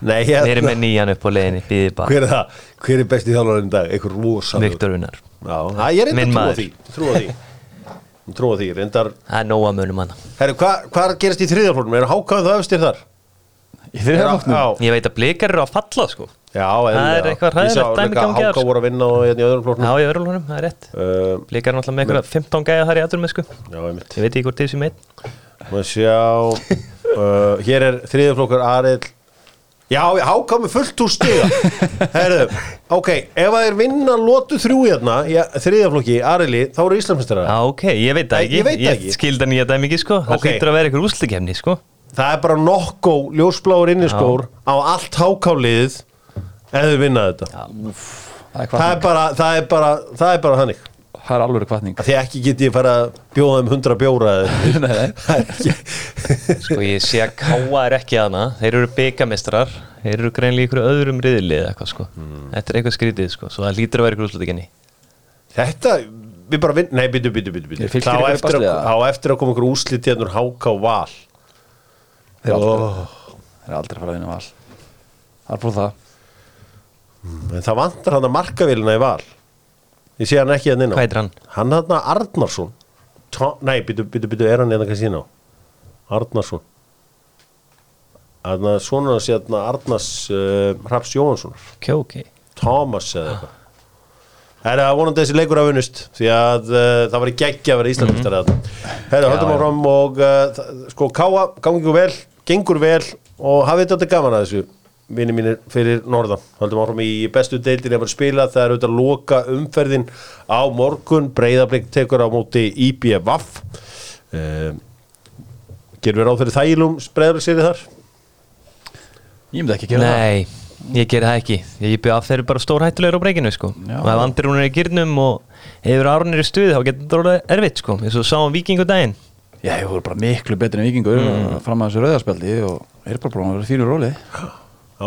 Nei, Meiri hérna, með nýjan upp á leiðinni, býði bara hver er það? Hver er besti þjálfarinn í dag? Einhver rosa Viktor Unnar Já, það- ég Minn reyndar trúa maður. því Trúa því Trúa því, reyndar Það er nóa munum hann Herru, hvað hva gerist í þriðjaflóknum? Er hákáðum það öfstir þar? Í þriðja flokknum? Já, Ég veit að blikar eru að falla sko Já, Það er eðlilega. eitthvað Ég sá hræðilegt dæmi líka gangi að, Háká sko. voru að vinna og hérna í öðrum Já, flóknum ég verður lónum, það er rétt Uh, Blikar er náttúrulega með eitthvað 15 gæða þar í aðurum sko. Já, einmitt Ég veit ekki hvort þessi meitt Má sjá uh, Hér er þriðjaflokkur Arill Já, háká með fullt úr stiga Herðu, ok Ef að þeir vinna lotu þrjú hérna í þriðjaflokki, Arilli, þá eru Íslandsmyndstara Já, ok, ég veit Nei, það ekki ég veit það ekki. skildan ég þetta mikið sko Það Ok. hlýtur að vera eitthvað úslikefni sko Það er bara nokkó ljósbláur inniskór á allt hákáliðið ef þau vinna þetta Það það er er, hvatning bara, það, er bara, það er bara þannig Það er alveg hvatning Af Því ekki get ég fara að bjóða þeim hundra bjóra eða- Nei, nei Það er ekki Sko ég sé að káa er ekki aðna Þeir eru byggamistrar Þeir eru greinlega í einhverju öðrum riðlið eða eitthvað sko Þetta er eitthvað skrítið sko Svo það hlýtur að vera eitthvað úslikefni Þetta, við bara vinn Nei, byttu, byttu, byttu, Er byttu Fylkir Þá eitthvað í eftir, basli, að- eða? á eftir að koma ykkur úslit hérna úr háká val Þeir eru aldrei, Ó. þeir eru aldrei að fara að vinna val Það er búin það En það vantar hann að markavélina í val Ég sé hann ekki hann inn á Hvað heitir hann? Hann þarna Arnarsson Tó- Nei, byttu, byttu, byttu, er hann hérna kannski inn á Arnarsson Þarna svona sé þarna hérna, Arnars uh, Hraps Jóhanssonar Ok, ok Thomas eða eitthvað Herra, vonandi þessi leikur að vunust því að uh, það var í geggja að vera Íslandmestari mm Herra, höldum Já, já. áfram og uh, það- sko, káa, gangi ykkur vel gengur vel og hafið þetta gaman að þessu vini mínir fyrir norðan höldum áfram í bestu deildin að spila það er auðvitað loka umferðin á morgun, breyðablík tekur á móti IBVF uh, gerum við ráð fyrir þælum breyðablík sér þar Ég myndi ekki gera Nei, ég gerði það ekki Ég byrja af þeir eru bara stórhættulegur á breykinu sko. Já. og ef andir hún er í gyrnum og hefur árunir í stuði þá getur þetta orðið erfitt sko. eins og sáum vikingudaginn það Já, ég voru bara miklu betri en vikingur Mm. fram að þessu rauðarspjaldi og er bara búin að vera fínu róli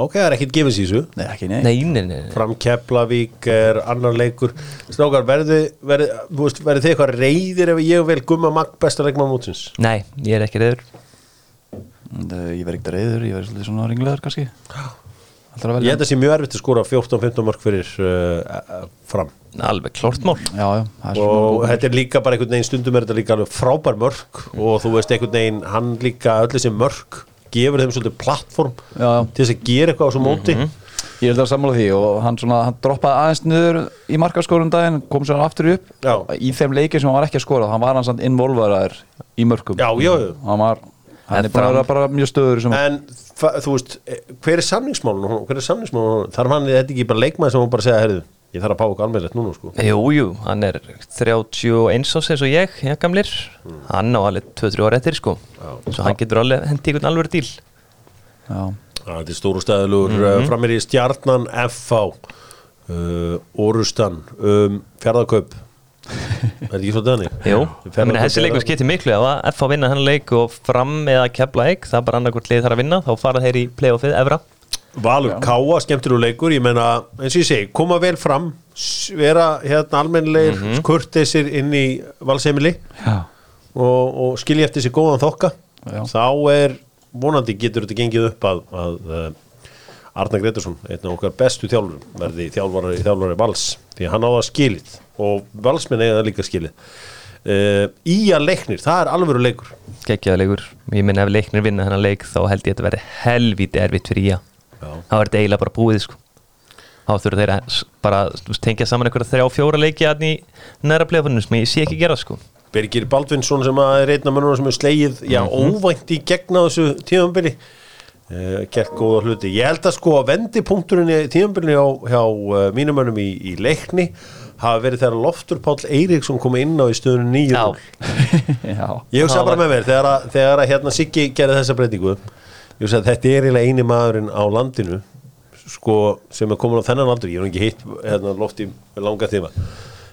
ok, það er ekkit gefins í þessu Nei, ekki nei, Nei, nei, nei, nei. fram Keflavík er annar leikur strákar, verði, verði, þú veist, verði þið eitthvað reyðir ef ég vel gumma magg besta leikmann mútsins nei ég er ekki reyður Nei, Ég verð ekkert reyður, ég verð svolítið svona ringlegar kannski Alltaf að ég velja held að sé mjög erfitt að skora 14-15 mörg fyrir uh, uh, fram Alveg klort mál Já, já, það er og svona þetta er líka bara einhvern veginn stundum er þetta líka alveg frábær mörg og þú veist einhvern veginn hann líka öll þessi mörg gefur þeim svolítið plattform Já, já. Mhm. til þess að gera eitthvað á svo móti Ég held að sammála því og hann, svona, hann droppaði aðeins niður í markaskórum daginn, kom sér aftur upp Já. í þeim leikið sem hann var ekki að skora hann var hann samt involveraður í mörkum já, já, já hann var, hann En er bara, fram- bara, bara mjög stöður sem, En fa- þú veist, eh, hver er samningsmálun hver er samningsmálun, þarf hann þetta ekki bara leikmann sem hún bara segja, herðu, ég þarf að pá okkur almennilegt núna sko Jú, jú, hann er 31 ás eins og ég, ég gamlir Hann á alveg 2-3 ára eftir sko Svo hann getur alveg hendi ykkur alveg díl já, Já, Þetta er stóru staðilur mm Mhm. -hmm. framir í stjarnan FH uh, Orustan um, fjárðakaup Er þetta ekki svo dæni? Jú, ég meina þessi leikur skiptir miklu ef að F að vinna hann leik og fram eða kepla eik, það er bara annarkvort lið þar að vinna þá fara þeir í playoffið efra Valur Káa, skemmtir úr leikur Ég meina, eins og ég segi, koma vel fram s- vera hérna almennleir Mhm. mm kurteisir inn í valseimili já, og, og skilja eftir sér góðan þokka Já. þá er, vonandi getur þetta gengið upp að, að uh, Arna Gretarsson, einn af okkar bestu þjálfurum verði þjálfari, þjálfari vals því að hann á það skilið og valsmenn eiga það líka skilið uh, Ía leiknir, það er alvöru leikur geggjaða leikur, ég meina ef leiknir vinna hennan leik þá held ég þetta verði helvítið erfitt fyrir ég Já. það var þetta eiginlega bara búið sko þá þurfa þeir að s- bara þú veist, tengja saman einhverja þrjá fjóra leiki hann í næra playoffinu sem ég sé ekki gera sko Birgir Baldvinsson sem að er einn af mönnum sem er slegið, já, Mhm. óvænt í gegna þessu tíðanbili uh, gert góða hluti. Ég held að sko að vendipunkturinn í tíðanbili hjá, hjá uh, mínum mönnum í, í leikni hafa verið þegar Loftur Páll Eiríksson kom inn á í stöðunni nýjum. Já. já, Ég hugsa bara Það var- með mér, þegar að, þegar að hérna Siggi gerði þessa breytingu, ég hugsa að þetta er eiginlega eini maðurinn á landinu sko, sem er komin á þennan aldur, ég hef nú ekki hitt hérna lofti langa tíma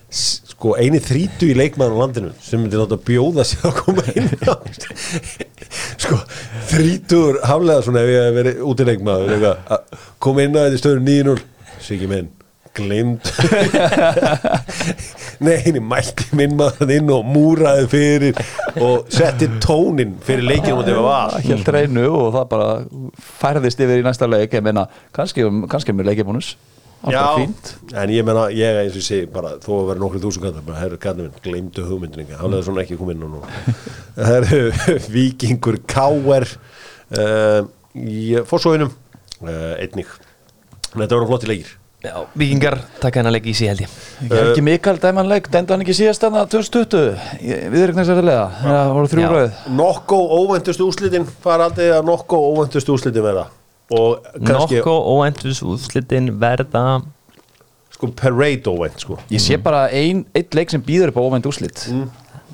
S- sko, eini þrítu í leikmaður á landinu sem myndi láta bjóða sér að koma inn á. sko, þrítur haflega svona ef ég hef verið úti leikmaður eitthvað, að koma inn á þetta stöður 9-0 Siggi minn, glimt Nei, henni mætti minn maður inn og múraði fyrir og setti tónin fyrir leikinu mútið við var helt reynu og það bara færðist yfir í næsta leik ég meina, kannski, kannski er mér leikibónus það er bara fínt en ég menna, ég eins og sé bara, þó að vera nokkru þúsund kallar, bara, herru, kallar minn, gleymdu hugmyndninga, hann hefði svona ekki komið inn á nú. Herru, vikingur, káer, uh, í fórsóinum, uh, einnig. Þetta voru flotti leikir. Já, vikingar taka hennan leik í sig held ég Uh, Helgi Mikael dæman leik, dæmdu hann ekki síðast hann 2020, Ég- við erum ekki næstarilega það voru þrjú Já. rauð Nokko óvæntustu úslitin, hvað er aldrei að nokko óvæntustu úslitin verða? Og kannski, Nokko óendus útslitin verða sko, parade óvænt, sko. Ég sé bara ein, eitt leik sem býður upp á óvænt úslit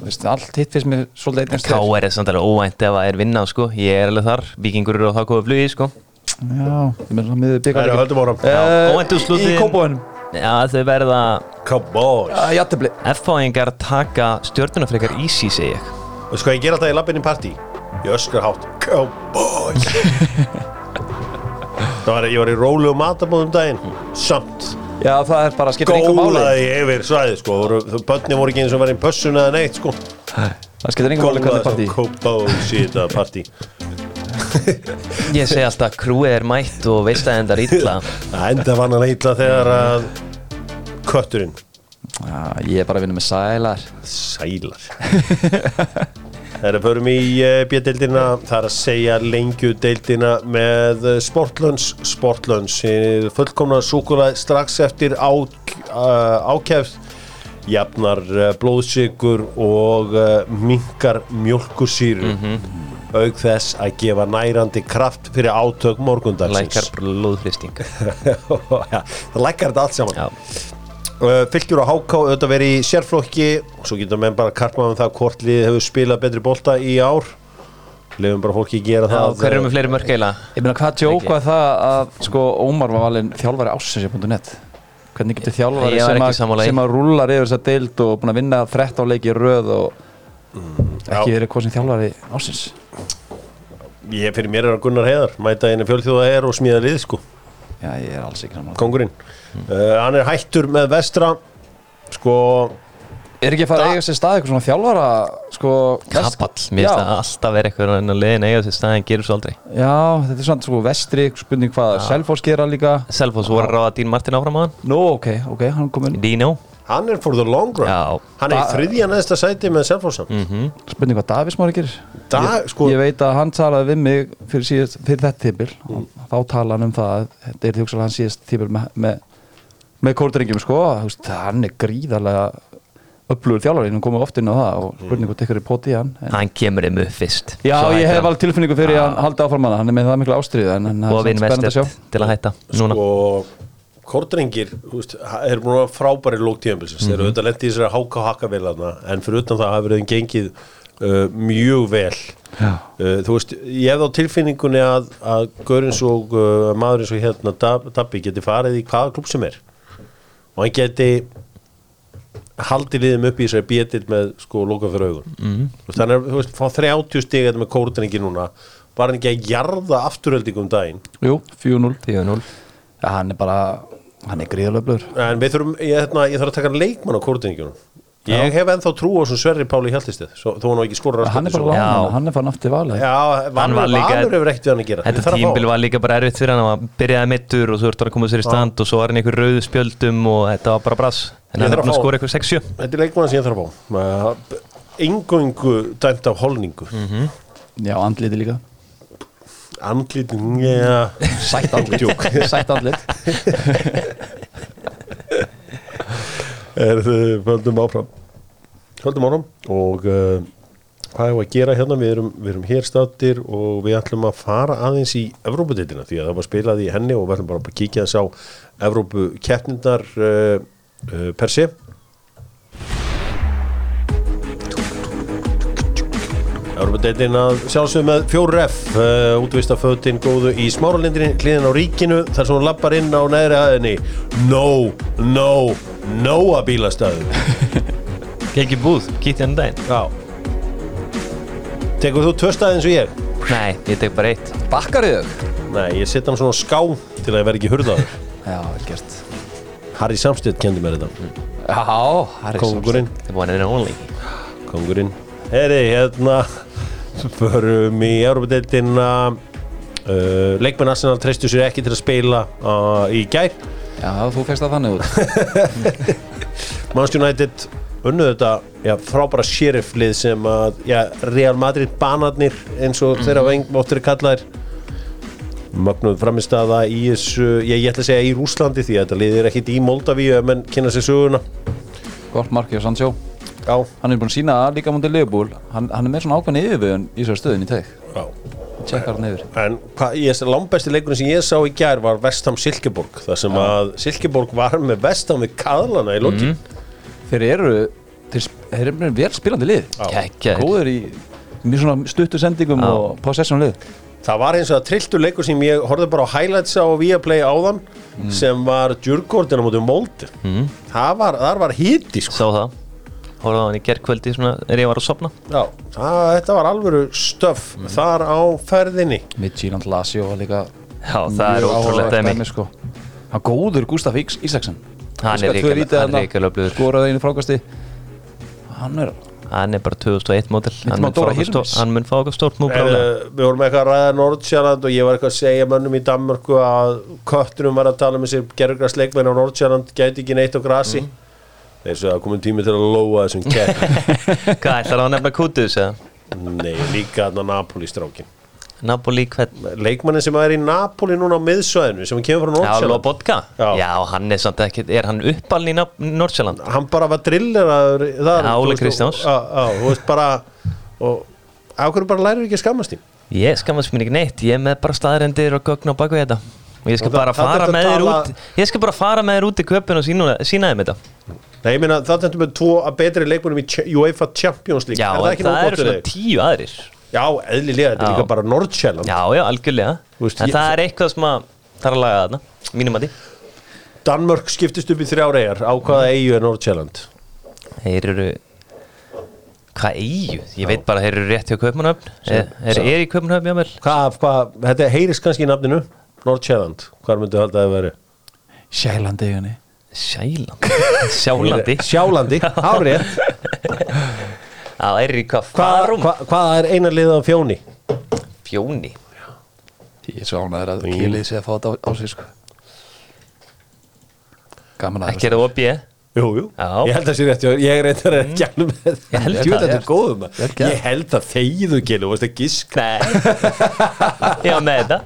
Veist, Allt hitt finnst mér svolítið einnast K.R. er samt alveg óvænt ef að er vinna sko. ég er alveg þar, vikingur eru á það góða flugi sko. Já, ég menn svona miður Það byggar eru höldum áram. Já, óvænt úrslitin. Eh, Í kópóinum Já, þau verða Cowboys. Jattebli F-fáingar taka stjórnunafrekar í sí segi ég Veistu hvað sko, ég gera þetta í lappinni partí? Ég öskra hátt Cowboys Það var, ég var í rólu og matabóðum daginn Samt Já, það Mm. er bara að skipta engum máli Gólaði yfir svæði sko Voru- Þú bönni voru ekki eins og verið í pössun eða neitt sko Það skiptir engum máli hvernig partí Cowboys í þetta partí Ég segi alltaf krúið er mætt og veist að endar illa Það enda vann hann illa þegar að Kötturinn ja, ég er bara að vinna með sælar Sælar Þegar við förum í eh, B-deildina Það er að segja lengju deildina með eh, Sportlunds Sportlunds, eh, fullkomna súkulega strax eftir á, ákæft jafnar eh, blóðsykur og eh, minkar mjölkusýru auk þess að gefa nærandi kraft fyrir átök Lækar morgundagsins blóðfristing Já, það lækkar þetta allt saman Já, Uh, fylgjur og háká auðvitað verið í sérflokki og svo getur menn bara að karpa um það hvort liðið hefur spilað betri bolta í ár lefum bara fólki að gera Já það Uh, hver eru með fleiri mörg eila? Ég meina hvað Ekki. tjók var það að sko Ómar var valinn þjálfari ásins.net Hvernig getur þjálfari Ég var sem ekki að, sammála því. sem að rúlar yfir þessa deild og búin að vinna 13 leiki í röð og ekki já. verið hvað sem þjálfari ásins ég fyrir mér er að Gunnar Heiðar mæta einu fjölþjóða er og smíða lið sko Já, ég er alls ekki saman kongurinn Hmm. uh, hann er hættur með vestra sko Er ekki að fara að eiga sér stað eitthvað svona þjálfara sko vest- Kapall, mér finnst Já. það alltaf vera eitthvað en að leiðin eiga sér staðin gerur svo aldrei Já, þetta er svona sko vestri, spurning hvað Selfoss gera líka Selfoss voru að ráða Dín Martin áfram á hann Nú, ok, ok, hann kom inn Dino, hann er for the long run Já. Mhm. hann er í þriðja neðsta sæti með selfhóðsam mm. Spurning hvað Davís Mári gerir dag sko Ég veit að hann talaði við mig fyrir, síðast, fyrir þetta tímbil og þá talaði hann um það að þetta er þjóksal hann síðast tímbil með, með, með kórdrengjum sko Þú veist, hann er gríðarlega upplugur þjálfari, hann komið oft inn á það og spurning hvað tekur í poti í hann en, hann kemur þeim upp fyrst Já, Svo ég hættir hef hann. alveg tilfinningu fyrir að halda áfram hana, hann er með það mikla ástríð en, en og það að er vinna spennandi að sjá mest til að hætta núna sko Kortrengir, þú veist, ha- eru búin að vera frábæri lóktíðanbilsins, mm -hmm. þeir eru auðvitað lendið í þessari háka og hakka velana, en fyrir utan það hafa verið þeim gengið uh, mjög vel Já. uh, þú veist, ég hef þá tilfinningunni að, að Görins og uh, maðurins og hérna Dab- Dabbi geti farið í hvaða klúb sem er og hann geti haldið liðum upp í þessari bjetið með sko lóka fyrir augun mm. þannig að þú veist, fá 30 stig hérna með kórdrengi núna var hann ekki að jarða afturöldingum daginn Jú, 4-0 4-0 Já, hann er bara, hann er gríðarlega upplugur En við þurfum, ég, hérna, ég þarf að taka leikmann á kórdingjunum Ég hef ennþá trú á þessum Sverri Páli Hjaltistið svo- Þó hann á ekki skorur Hann er bara Já. lána, hann er farin aftur valið Já, Hann Valur var líka- Valur hefur ekkert við hann að gera Þetta tímbil var líka bara erfitt fyrir hann hann var- byrjaði mittur og svo ertu hann að koma sér í stand og svo var hann í einhver rauðu spjöldum og þetta var bara brass Ég en hann þarf er að búin að fá- skora eitthvað 6-7 Þetta er leikmann sem ég þarf að fá Engöngu dæmt af holningu mm Mhm. -hmm. Já, andliti líka Andlit njá, Sætt andlit Sætt andlit er, þau- Höldum áfram Höldum áfram Og uh, hvað hefur að gera hérna Við erum, við erum hér stattir og við ætlum að fara aðeins í Evrópudeildina Því að það var spilað í henni og við ætlum bara að kíkja þess á Evrópu keppnindar uh, uh, Persi Európa-deitin að sjálfsögum með 4F uh, útvista fötin góðu í smáralindrin hliðin á ríkinu þar sem hún lappar inn á neðri aðinni No, no, Nóa bílastæðu Gekki búð, kýtti hann um daginn Já Tekur þú tvö staði eins og ég? Nei, ég tek bara eitt Bakkar í þau Nei, ég setja hann svona á ská til að ég verð ekki hurðaður Já, vel gert Harry Samstedt kendi mér þetta Já, það er Kongurinn, The one and only kongurinn Heri, hérna förum í Európa-deitin að uh, leikmenn Arsenal treystu sér ekki til að spila uh, í gær Já, þú fegst það þannig út Manchester United unnuð þetta já, frábæra sherifflið sem að já, Real Madrid banarnir eins og þeirra vengmóttir kallaðir Magnúð framistaða í þessu, ég, ég ætla að segja í Rúslandi því að þetta liðir ekkit í Moldavíu ef menn kynna sér söguna Gott markið á Sancho Já, Hann er búin að sína að líka mútið Leopold hann, hann er með svona ákveðin yfirvöðun í þessu stöðin í teg já. Tjekkar hann yfir En hvað, ég, langbæsti leikurinn sem ég sá í gær var Vestham Silkeborg þar sem að Silkeborg var með Vestham við kaðlana í lokin Þeir eru, þeir, sp- þeir eru vel spilandi lið Já. Gekkjaður Góður í mjög svona stuttu sendingum Já. og possession lið Það var eins og að trilltu leikur sem ég horfði bara á highlights á Viaplay áðan sem var djurgórdina mútið Molde mm. var, þar var hiti sko. Sá það Hóraði á hann í gerkvöldi svona er ég var að sopna Já, það, þetta var alvöru stöf þar á ferðinni Midtjylland Lasio var líka Já, það er mjög ótrúlegt áhugavert dæmi dæmi, sko. Hann góður Gustaf Íks Ísaksen Hann er ríkala- hann er ríkala öflugur. Sko- Skoraði einu frákasti Hann er Hann er bara 2001 mótil Hann Lítum á mun fá Dóra okkur stór- Hilmis. hann mun fá okkur stórt múl en, bráðlega. uh, Við vorum eitthvað að ræða Nordsjælland og ég var eitthvað að segja mönnum í Danmörku um Mm. að köttunum var að tala með sér gerðugræsleikmenn á Nordsjælland gæti ekki neitt á grasi Þeir svo að komin tími til að lóa þessum kepp Hvað, ætlar það að nefna Kutus eða? Nei, líka þarna Napoli strákin Napoli hvern? Leikmannin sem er í Napoli núna á miðsvæðinu sem kemur frá Já, Nordsjálf Lobotka? Já. Já, hann er samt ekkert, er hann uppalinn í Nap- Nordsjælland? Hann bara var drilleraður í- þar, Já, þú Óli veist, Kristjáns. og- Já, já, þú veist bara og á hverju bara lærir ekki að skammast þín Ég skammast mér ekki neitt, ég er með bara staðrendir og gögn á baku þetta og ég skal Og það- bara það fara þarftu að með þér tala- út ég skal bara fara með þér út í köpun og sína, sína þeim þetta Nei, ég meina það tættum við tvo að betri leikmunum í Ch- UEFA Champions League Já, Er það, ekki nóg eru gott fyrir þig? svona tíu aðrir Já, eðlilega, þetta er Já. líka bara Nordsjælland Já, já, algjörlega Þú veist, En ég- það er eitthvað sem að þarf að laga þarna mínum að því Danmörk skiptist upp í þrjár eigar á hvaða eigu er Nordsjælland Þeir eru Hvað eigu? Ég veit bara að þeir eru rétt hjá Kaupmannhöfn Er, er, er í Kaupmannhöfn jámel? Hvað, hvað, þetta heyrist kannski í nafninu Nordsjælland, hvað myndu halda að það veri? Sjælandi eiginni Sjæland Sjálandi Sjálandi, hárið Það er í hvað? Hvað Farum? hva, hvað er eina liða á fjóni? Fjóni Ég er svo ánæður að Í. Kílið sé að fá þetta á- á sig sko Gaman að Ekki er það opið Jú, jú, Já. ég held að sé rétt hjá þér. Ég er reyndar að gælum með Ég held Jú, það, þetta já. er góðum maður. Vel gert. Ég held að þegiðu gilu, veist að gísk Nei Ég var með þetta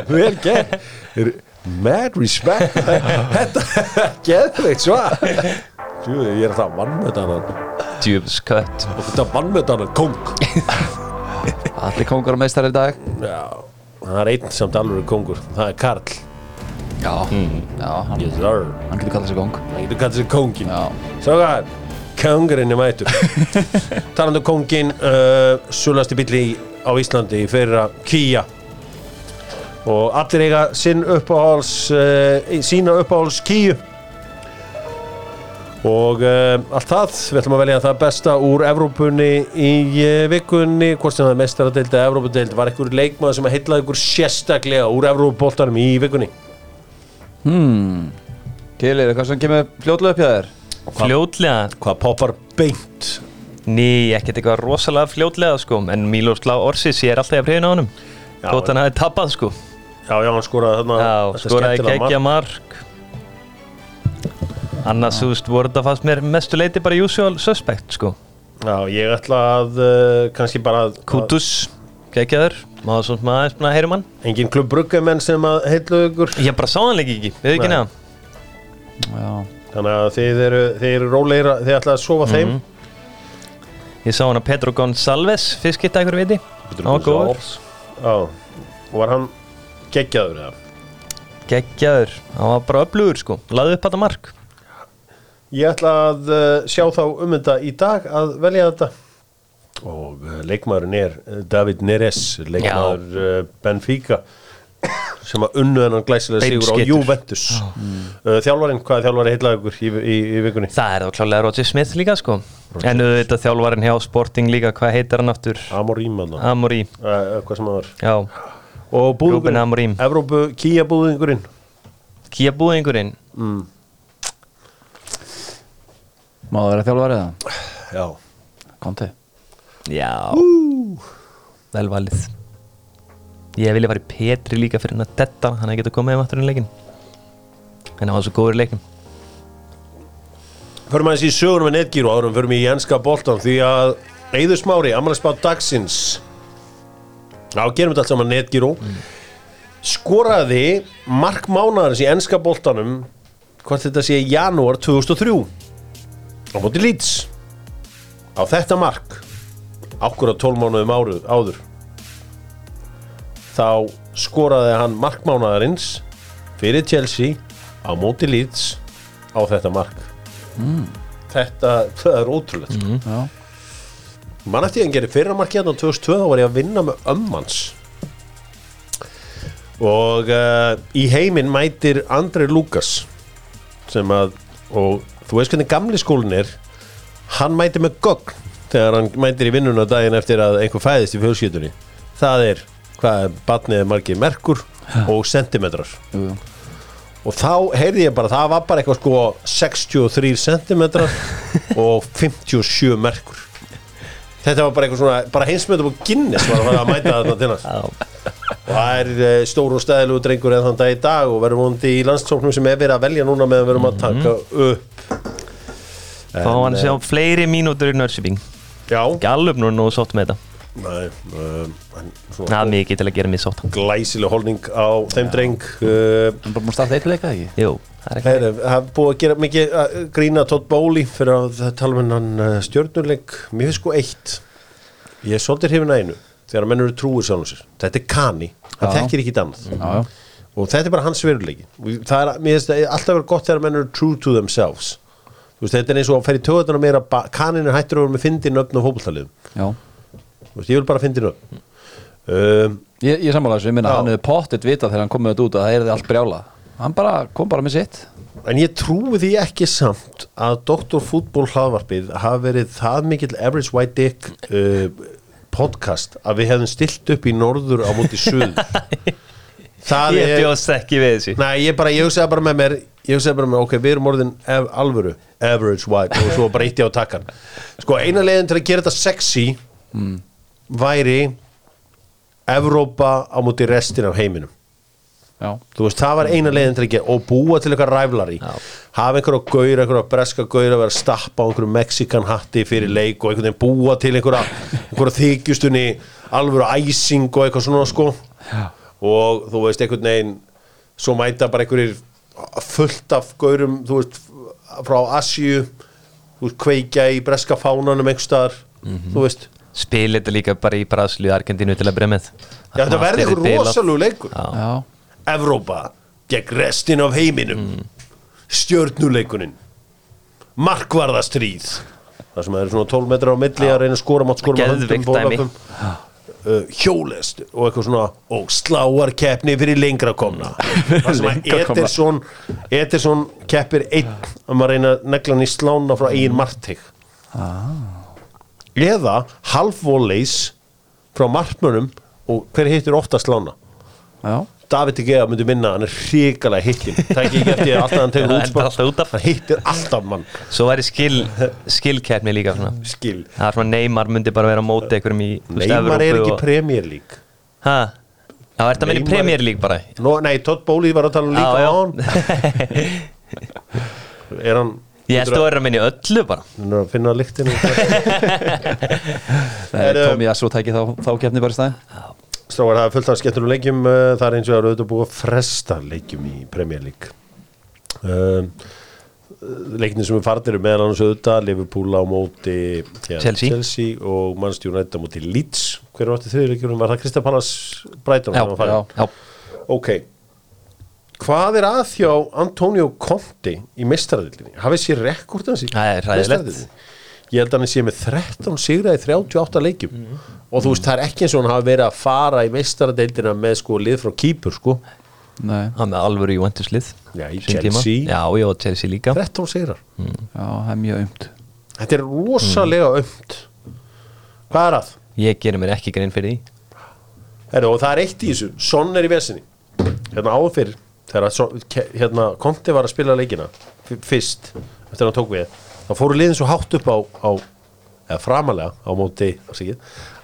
Vel gert Er- Mad respect Þetta er geðveikt svar Jú, ég er það vannmötan Djúbs kött Og þetta vannmötan kong Allir kongur og meistar í dag Já, það er einn samt alveg kongur Það er Karl Já, Hmm. já hann, Yes, sir hann getur kallað sér kong Það getur kallt sér kóngin Já. Ságar, kóngurinn er mætur Talandi um kóngin uh, Súlasti bíli á Íslandi í fyrra Kía Og allir eiga sinn uppáhals uh, Sína uppáhals Kíu Og uh, allt það, við ætlum að velja það besta úr Evrópunni í uh, vikunni, hvort sem það er mestaradeildi eða Evrópudeild, var einhver leikmaður sem að heillaði ykkur sérstaklega úr Evrópuboltanum í vikunni? Hmm. Kílið, er hvað sem kemur fljótlega upp hjá þér? Fljótlega Hvað poppar beint Ný, ekkert eitthvað rosalega fljótlega sko En Mílos Lá Orsis, ég er alltaf að preyna á honum Já, Þótt hann hafi tappað sko Já, já, hann skoraði þarna Já, þetta skoraði skemmtilega geggja mark. mark Annars, þú veist, voru þetta fast mér mestu leiti bara usual suspect, sko Já, ég ætla að uh, kannski bara að, Kutus, geggjaður Maður svona maður aðeins búin að heyrum hann að engin klubbruggumenn sem að heitlu ykkur Ég bara sá hann leik ekki, við ekki Nei. neðan Já þannig að þið eru, þið eru rólegir að- þið ætla að sofa Ég sá hann að Pedro Gonsalves, fiskitt að ykkur viti Pedro Á góður, Gonçalves. þeim Já, og var hann geggjaður eða? geggjaður Hann var bara öflugur, sko, laði upp þetta mark Ég ætla að uh, sjá þá um þetta í dag að velja þetta og uh, leikmaðurinn er uh, David Neres, leikmaður uh, Benfica sem að unnu hennan glæsilega sigur á Beinskeyttur. Juventus uh, Þjálfarinn, hvað er þjálfarinn heitlaði ykkur í, í, í vikunni? Það er þá klálega Roger Smith líka, sko En auðvitað þjálfarinn hjá Sporting líka, hvað heitir hann aftur? Amorím uh, Amorí, uh, hvað sem það var já og Ruben búðingurinn, Amorim. Evrópu, Kía búðingurinn Kía búðingurinn Má það vera þjálfarið það? Hmm? Já, Konti Já Vel valið Ég vilja fara í Petri líka fyrir hann að detta hann að geta komið með aftur í leikin En hann var svo góður í leikin förum aðeins í sögunum við netgíru árum, förum í Jenska Bolton því að Eiður Smári, Amalspátt Dagsins Já, gerum þetta allt saman netgíru skoraði mark mánaðarins í Jenska Boltanum hvort þetta sé í janúar 2003 á móti Leeds á þetta mark ákvörða 12 mánuðum áru, áður þá skoraði hann markmánaðarins fyrir Chelsea á móti Leeds á þetta mark þetta, það er ótrúlegt Hmm? mm. Já mann eftir ég hann gerir fyrra markið hérna á 2002 þá var ég að vinna með ömmans og uh, í heiminn mætir Andri Lukas sem að og þú veist hvernig gamli skólin er hann mætir með gogg þegar hann mætir í vinnuna daginn eftir að einhver fæðist í fjölskyldunni það er hvað er batnið er margið merkur og sentimetrar Jú, jú og þá heyrði ég bara það var bara eitthvað sko 63 cm og 57 merkur þetta var bara eitthvað svona bara heimsmyndum og Guinness var að fara að mæta þarna til hans og það er eh, stór og stæðilegu drengur eða þann dag í dag og verðum vondi í landstofnum sem er verið að velja núna meðan við erum að taka upp Fá hann sjá fleiri mínútur í nörsiping Já, Ekki alveg nú nógu sátt með þetta nei, um, hann Það svona er mikið til að gera mig sátt glæsileg holning á þeim dreng uh, Hann er bara múið að starta eitt leika, ekki? Jú, það er ekki Það er búið að gera mikið að uh, grína Todd Bóli fyrir að tala með hann uh, stjörnuleik, mér finnst sko eitt ég er svolítið hrifin að einu þegar menn eru trúið sjálfum sér, þetta er Kani hann Já. Mm. þekkir ekki annað Hmm. Já, já. og þetta er bara hans veruleiki Og það er, mér finnst það alltaf verið gott þegar menn eru true to themselves Þú veist, þetta er eins og að fer í töðunum meira ba- Kanin er hættur að vera með fyndin öfn og hópultaliðum Já. Ég vil bara fyndin öfn um, Ég, ég sammála þessu, ég minna, Já. hann hefði pottet vitað þegar hann kom með þetta út að það er allt brjála. Hann bara kom bara með sitt. En ég trúi því ekki samt að Dr. Fútból hlaðvarpið hafi verið það mikill Average White Dick uh, podcast að við hefðum stilt upp í norður á móti suður Það Ég er bjóst ekki við þessu Nei, ég bara, ég hugsaði bara með mér ég hugsaði bara með, ok, við erum orðin ev, alvöru, average white og svo bara eitti á takkan sko, eina leiðin til að gera þetta sexy Mm. væri Evrópa á móti restin af heiminum Já. þú veist, það var eina leiðin til að gera og búa til eitthvað ræflari Já. hafa einhverja gaur, einhverja breska gaur að vera að stappa á einhverju mexikan hatti fyrir Mm. leik og einhvern veginn búa til einhverja, einhverja þykjustunni, alvöru æsing og eitthvað svona sko Já. og þú veist, einhvern veginn svo mæta bara einhverjir fullt af gaurum, þú veist frá Asju, þú veist kveikja í breska fánanum einhverstaðar mm Mhm. þú veist, Spil þetta líka bara í Braslu Argentínu til að byrja með já þetta verði einhver rosalú leikur Já. Evrópa gegn restin af heiminum stjörnuleikunin markvarðastríð það sem það eru svona 12 metrar á milli að reyna að skora mátt skora með höndum, Geðveikt dæmi. bólöpum, uh, hjólest og eitthvað svona og sláarkeppni fyrir lengra komna það sem að Lengra komna. Ederson Ederson keppir einn um að reyna að negla hann í slána frá eigin martig ah. eða halfvoleis frá markmönum og hver hittir ofta slána Já. David De Gea myndi minna, hann er hrikalega hittin það er ekki ekki eftir alltaf hann tegur Það er bara alltaf útspart út af. hann hittir alltaf mann Svo væri skil, skilkerni líka svona. skil, Það er svona Neymar myndi bara vera á móti einhverjum í þú veist, Neymar er Evrópu ekki og- Premier League Ha? Það er þetta með í Neymar- Premier League bara Nó, nei, Todd Bóli var að tala um líka á hann er hann Ég held að hlýtur það er að minni öllu bara að- hann er að finna lyktinu Þegar Eru- Tómi Jassú tæki þá, þá kefni bara í stæðin. strákar, það er fullt af skemmtunum leikjum uh, það er eins og það eru auðvitað búið að fresta leikjum í Premier League um, leiknir sem við farnir eru meðan annars auðvitað Liverpool á móti ja, Chelsea. og Manchester United á móti Leeds hver var þetta þriðleikurinn, var það Kristján Pallas Brighton sem var já, farinn? já. ok hvað er að hjá Antonio Conte í mestaradildinni, hafið sér rekord hans í Það er hræðilegt. meistaradeildinni? ég held að hann sé með 13 sigraði 38 leikjum Mhm. og þú veist það er ekki eins og hann hafi verið að fara í mestaradildina með sko lið frá Kýpur sko Nei. Hann með alvöru Juventus lið Já, í Sýn tíma. Chelsea. Já, já, og Chelsea líka 13 sigrar, Já, það er mjög umt. þetta er rosalega Mhm. mm. hvað er að? Ég gerir mér ekki grein fyrir því Heru, og það er eitt í þessu, Son er í vesinni hérna áður fyrir þegar að Son- ke- hérna, Conte var að spila leikina f- fyrst, eftir að hann tók við þá fóru liðin svo hátt upp á, á eða framalega á móti afsakið,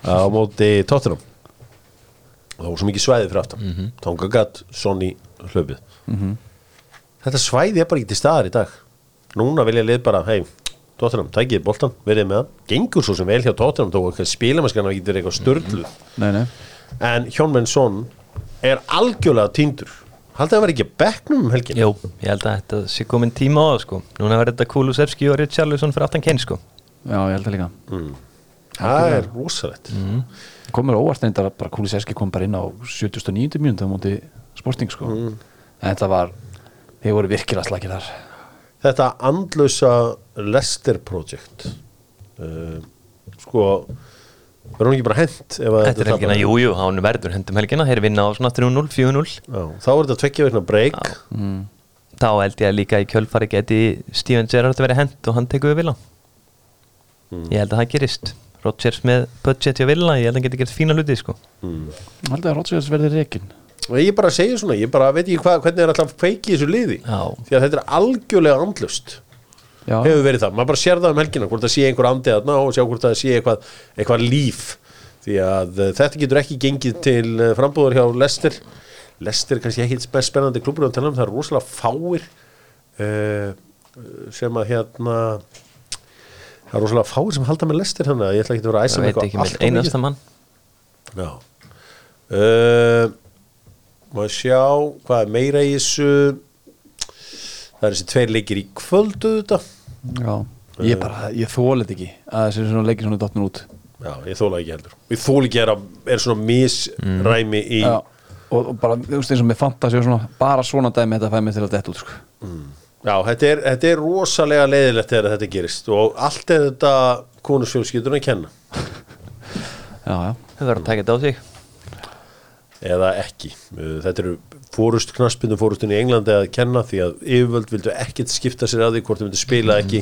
á móti Tottenham og það var svo mikið svæði fyrir aftan mm -hmm. tónga gatt Son í hlaupið þetta svæði er bara ekki til staðar í dag núna vilja lið bara, hei Tottenham, tækið boltan, verið með hann gengur svo sem vel hjá Tottenham, þó að spilamennskan hafi ekki verið eitthvað störluð Nei, nei. en Hjónmennsson er algjörlega týndur haldið að vera ekki að bekknum um helgin Jú, ég held að þetta sé komin tíma á það sko Núna verður þetta Kulusevski og Richarlison fyrir aftan Kane sko Já, ég held það líka. það er rosalegt Mhm. Komur óvart reyndar að bara Kuliseski kom bara inn á 79. mjönda á móti sporting, sko. En þetta var, þeir voru virkilega slakir þar. þetta andlösa Lester Project uh, sko verður hún ekki bara hent ef að Þetta er helgina, tapar? jú, jú, hann verður hendum helgina Þeir vinna á svona 3-0, 4-0 Já, þá er þetta tveggja veikna break Þá held ég að líka í kjölfari geti Steven Gerrard verið hent og hann tekur við Villa Ég held að það gerist Rodgers með budget í að Villa Ég held að hann geti gert fína hluti sko Ég held að Rótsvíðars verði rekin. og ég bara segi svona, ég bara veit ekki hva, hvernig er alltaf kveiki í þessu liði Já. því að þetta er algjörlega andlöst Já. hefur verið það, maður bara sér það um helgina hvort það sé einhver andið þarna og sjá hvort það sé eitthvað, eitthvað líf því að eh, þetta getur ekki gengið til eh, frambúðar hjá Lester Lester er kannski ekki best spennandi klubur um það er rosalega fáir uh, sem að eh, hérna það er rosalega fáir sem halda með lestir hann ég ætla ekki að vera að æsa um það mig veit ekki með einasta mann Já uh, Má ég sjá hvað er meira í þessu Það er þessi tveir leikir í kvöldu þetta Já, ég bara, ég þólið ekki að þessi svona leikir svona dottnur út Já, ég þóla ekki heldur Ég þóla ekki að það er svona misræmi í Mm. Já, og, og bara, þú veist eins og með fantasi og svona, bara svona dæmi þetta fæði mig til að detta út, sko Já, þetta er, þetta er rosalega leiðilegt þegar þetta gerist og allt er þetta konusfjölskyldurinn að kenna Já, já, við verðum að taka þetta á sig eða ekki. Uh, Þetta eru fórust knaspinu fórustin í Englandi að kenna því að yfirvöld vildu ekkert skipta sér að því hvort þau myndu spila ekki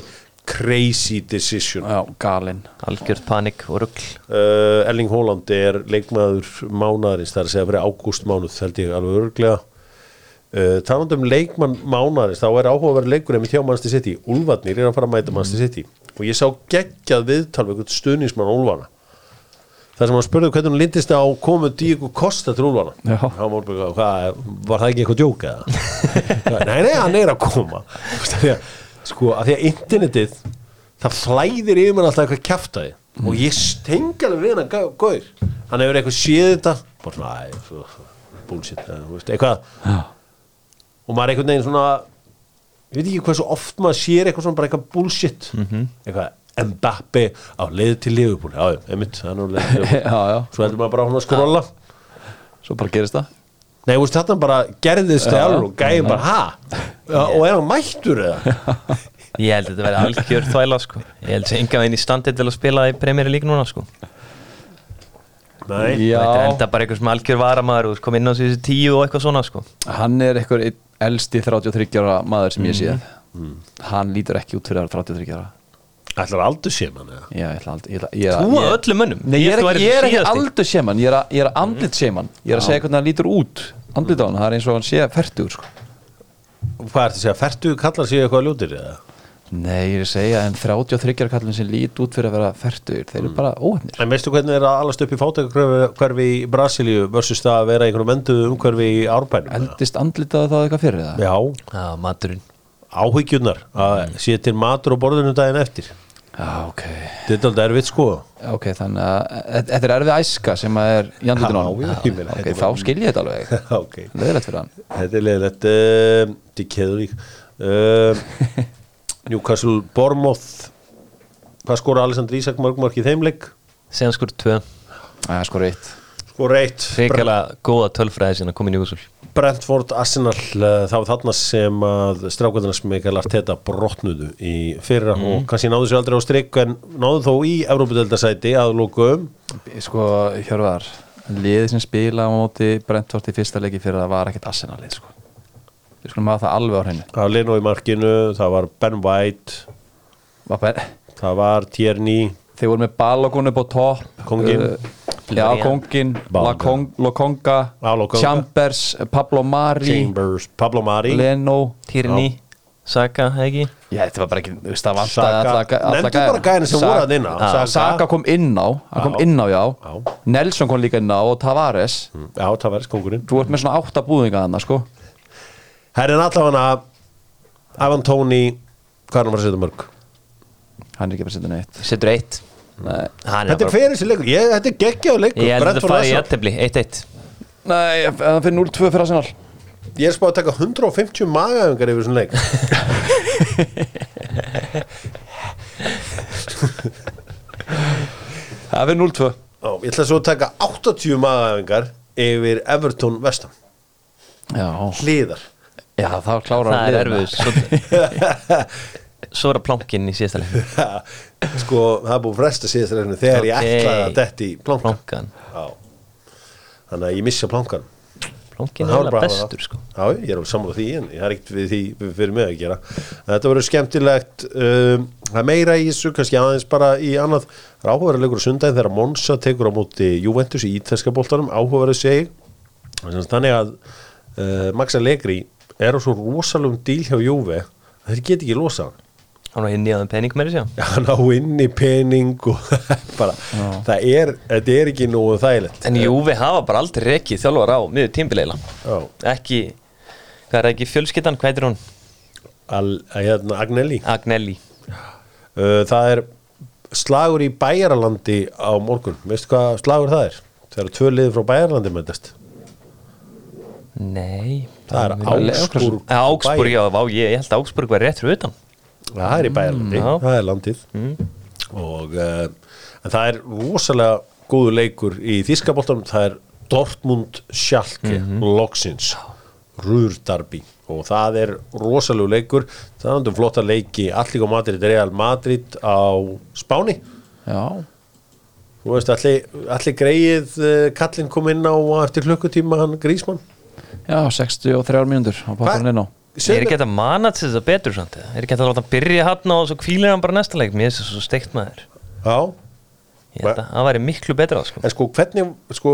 crazy decision já, galinn algjörð panik og rugl uh, Erling Haaland er leikmaður mánaðarins, það er að segja fyrir ágúst mánuð held ég alveg örglega uh, talandi um leikmann mánaðarins þá er áhugaverð leikur einmitt hjá Manchester City Úlfarnir er að fara að mæta Manchester City og ég sá geggjað viðtal við einhvern stuðningsmann Úlfarna þar sem hann spurði hvernig hann lindist á komu Díku Kosta til Úlfarna Já. hann var bara, hvað, var það ekki eitthvað djók eða? nei, nei, hann er að koma Þú veist, af því að, sko, af því að internetið það flæðir yfir mér alltaf eitthvað kjaftaði og ég stengi alveg við hann að gaur hann hefur eitthvað séð þetta bara svona, æ, svo, bullshit eða, þú veist, eitthvað Já, og maður er einhvern veginn svona ég veit ekki hvað svo oft maður sér eitthvað svona bara eitthvað bullshit eitthvað Mbappi á leið til Liverpool já, já, einmitt, hann er á leið til Liverpool já, já, svo heldur maður bara áfram að skrolla svo bara gerist það Nei, þú veist, þetta bara gerðist þið alveg og gæði bara, ha? Ja, og er hann mættur eða? ég held að þetta verði algjörð þvæla sko ég held að enga veginn í standi til að spila í premjeri lík núna sko Nei, þetta Já, enda bara einhver sem algjör varamaður og kom inn á þessu tíu og eitthvað svona sko hann er einhver einn elsti 33 ára maður sem ég séð Hann lítur ekki út fyrir að vera 33 ára ætlar aldur sé mann eða? Já, ég ætla aldrei ég ætla- ég er að- þú að ég- öllum mönnum Nei, ég er held þú ekki, ég værir er ekki síðasti. aldur séman, ég er að, ég er að andlit séman Ég er að segja hvernig hann lítur út Andlit á hann, það er eins og hann sé færtugur sko. Hvað ertu að segja, fertu kallar sig eitthvað ljótir eða? Nei, ég er að segja en 33 kallin sem lít út fyrir að vera færtugur Þeir eru bara óhefnir En veistu hvernig er að allast upp í fátækarkverfi í Brasilíu versus það að vera í einhverjum endu umhverfi í árbænum? eða? Eldist andlitaði það eitthvað fyrir það Já, já, maturinn áhyggjurnar að sé til matur og borðinu daginn eftir. Já, ok Þetta er aldrei erfitt sko. Ok, þannig að e- þetta er erfið æska sem að er í andlitinu á Já, já, ég meina, honum. Ok, þetta er þá bara- skil ég þetta alveg ok, Leðilegt fyrir hann þetta er leiðilegt. Um, Þetta er keðurík. Um, Newcastle Bournemouth. Hvað skora Alessandr Ísak mörgmark í þeimleik? segjan skur tvö Það er sko reitt Skor eitt. Hrikalega góða tölfræði sinna komin í úsul Brentford Arsenal uh, það var þarna sem að strákvæðarnas Mikael Arteta brotnudu í fyrra og kannski náðu sér aldrei á strikk en náðu þó í Evrópudeldasæti að lókum Sko, Hjörvar liðið sem spila á móti Brentford í fyrsta leiki fyrir það var ekkert Arsenal lið sko. Við skulum hafa það alveg á hreinu það var Leno í markinu, það var Ben White Var bara- það var Tierney Þeir voru með Balogun upp á topp Kónginn. uh, Já, Kongin Balogun. Lokonga Ah, Lokonga. Chambers, Pablo Mari Chambers, Pablo Mari Leno Týrni, Saka, hef ekki Já, þetta var bara ekki, þú veist, það vantaði alla, Saka, alla nefndu bara gæðina sem Sa- voru að inn á Já, Saka. kom inn á, hann kom Já. inn á, já, Já. Mm. Nelson kom líka inn á og Tavares Já, það verðs kongurinn Þú ert með svona átta búðinga þarna, sko Herrin allavega Ivan Tóni, hvað er hann var að setja mörg? Hann er ekki að setja neitt setur eitt Mm. Nei, Hann Þetta er fyrir þessi leikur, ég, þetta er geggjáð leikur ég held að þetta Brentford fari í Arsenal. aðtefli 1-1 Nei, ef- ef hann fyrir 0-2 fyrir Arsenal Ég er spáð að taka 150 magaðingar yfir svona leik Það fyrir 0-2 Já, ég ætla svo að taka 80 magaðingar yfir Everton Vestam Já, hliðar já þá klárar það er liðina. erfið svo, svo er að plonkinn í síðasta leik sko, það er búið að fresta síðast reynir þegar ég Ok. ætlaði að detti í plankan plonkan Já. þannig að ég missa plankan plonkinn Það er var bara alveg það. bestur sko Já, ég er alveg sammála því en ég er ekkert við því fyrir mig að gera Þetta verður skemmtilegt um, það er meira í þessu, kannski aðeins bara í annað Það er áhugaverið leikur á sundaginn þegar Monsa tekur á móti Juventus í ítalska boltanum áhugaverið segi þannig að uh, Maxa Legri er á svo rosalum díl hjá Juve að þeir get ekki losa hann hann var inn í aðeins pening með þessu hann á inn í pening og bara, það er, þetta er ekki nógu þægilegt en Júfi hafa bara aldrei rekið þjálfar á miður tímbileila Já, ekki hvað er ekki fjölskyttan hvað er hún al, að, hérna, Agnelli Agnelli Uh, það er slagur í Bæjaralandi á morgun veistu hvað slagur það er? það eru tvö liði frá Bæjaralandi mætast Nei það er Ágsburg Já, Augsburg, já, vá, ég, ég held að Augsburg var rétt fyrir utan það er í Bæjaralandi, Mm, já. Mm. það er landið og uh, en það er rosalega góðu leikur í Þískaboltanum, það er Dortmund Schalke, Mhm. Loxins Rúrdarby og það er rosalegu leikur það er andum flotta leiki, Allík og Madrid Real Madrid á Spáni Já, Þú veist, allir, allir greið uh, kallinn kom inn á eftir klukkutíma hann Grísmann. já 63 mínútur á pakkarinn inn á Er ekki hægt að mana til þess að betur samt eða? Er ekki hægt að láta hann byrja hann og svo kvílir hann bara næsta leik Mér er þessi svo steikt maður Já, Ég held að það væri miklu betra sko. en sko hvernig, sko,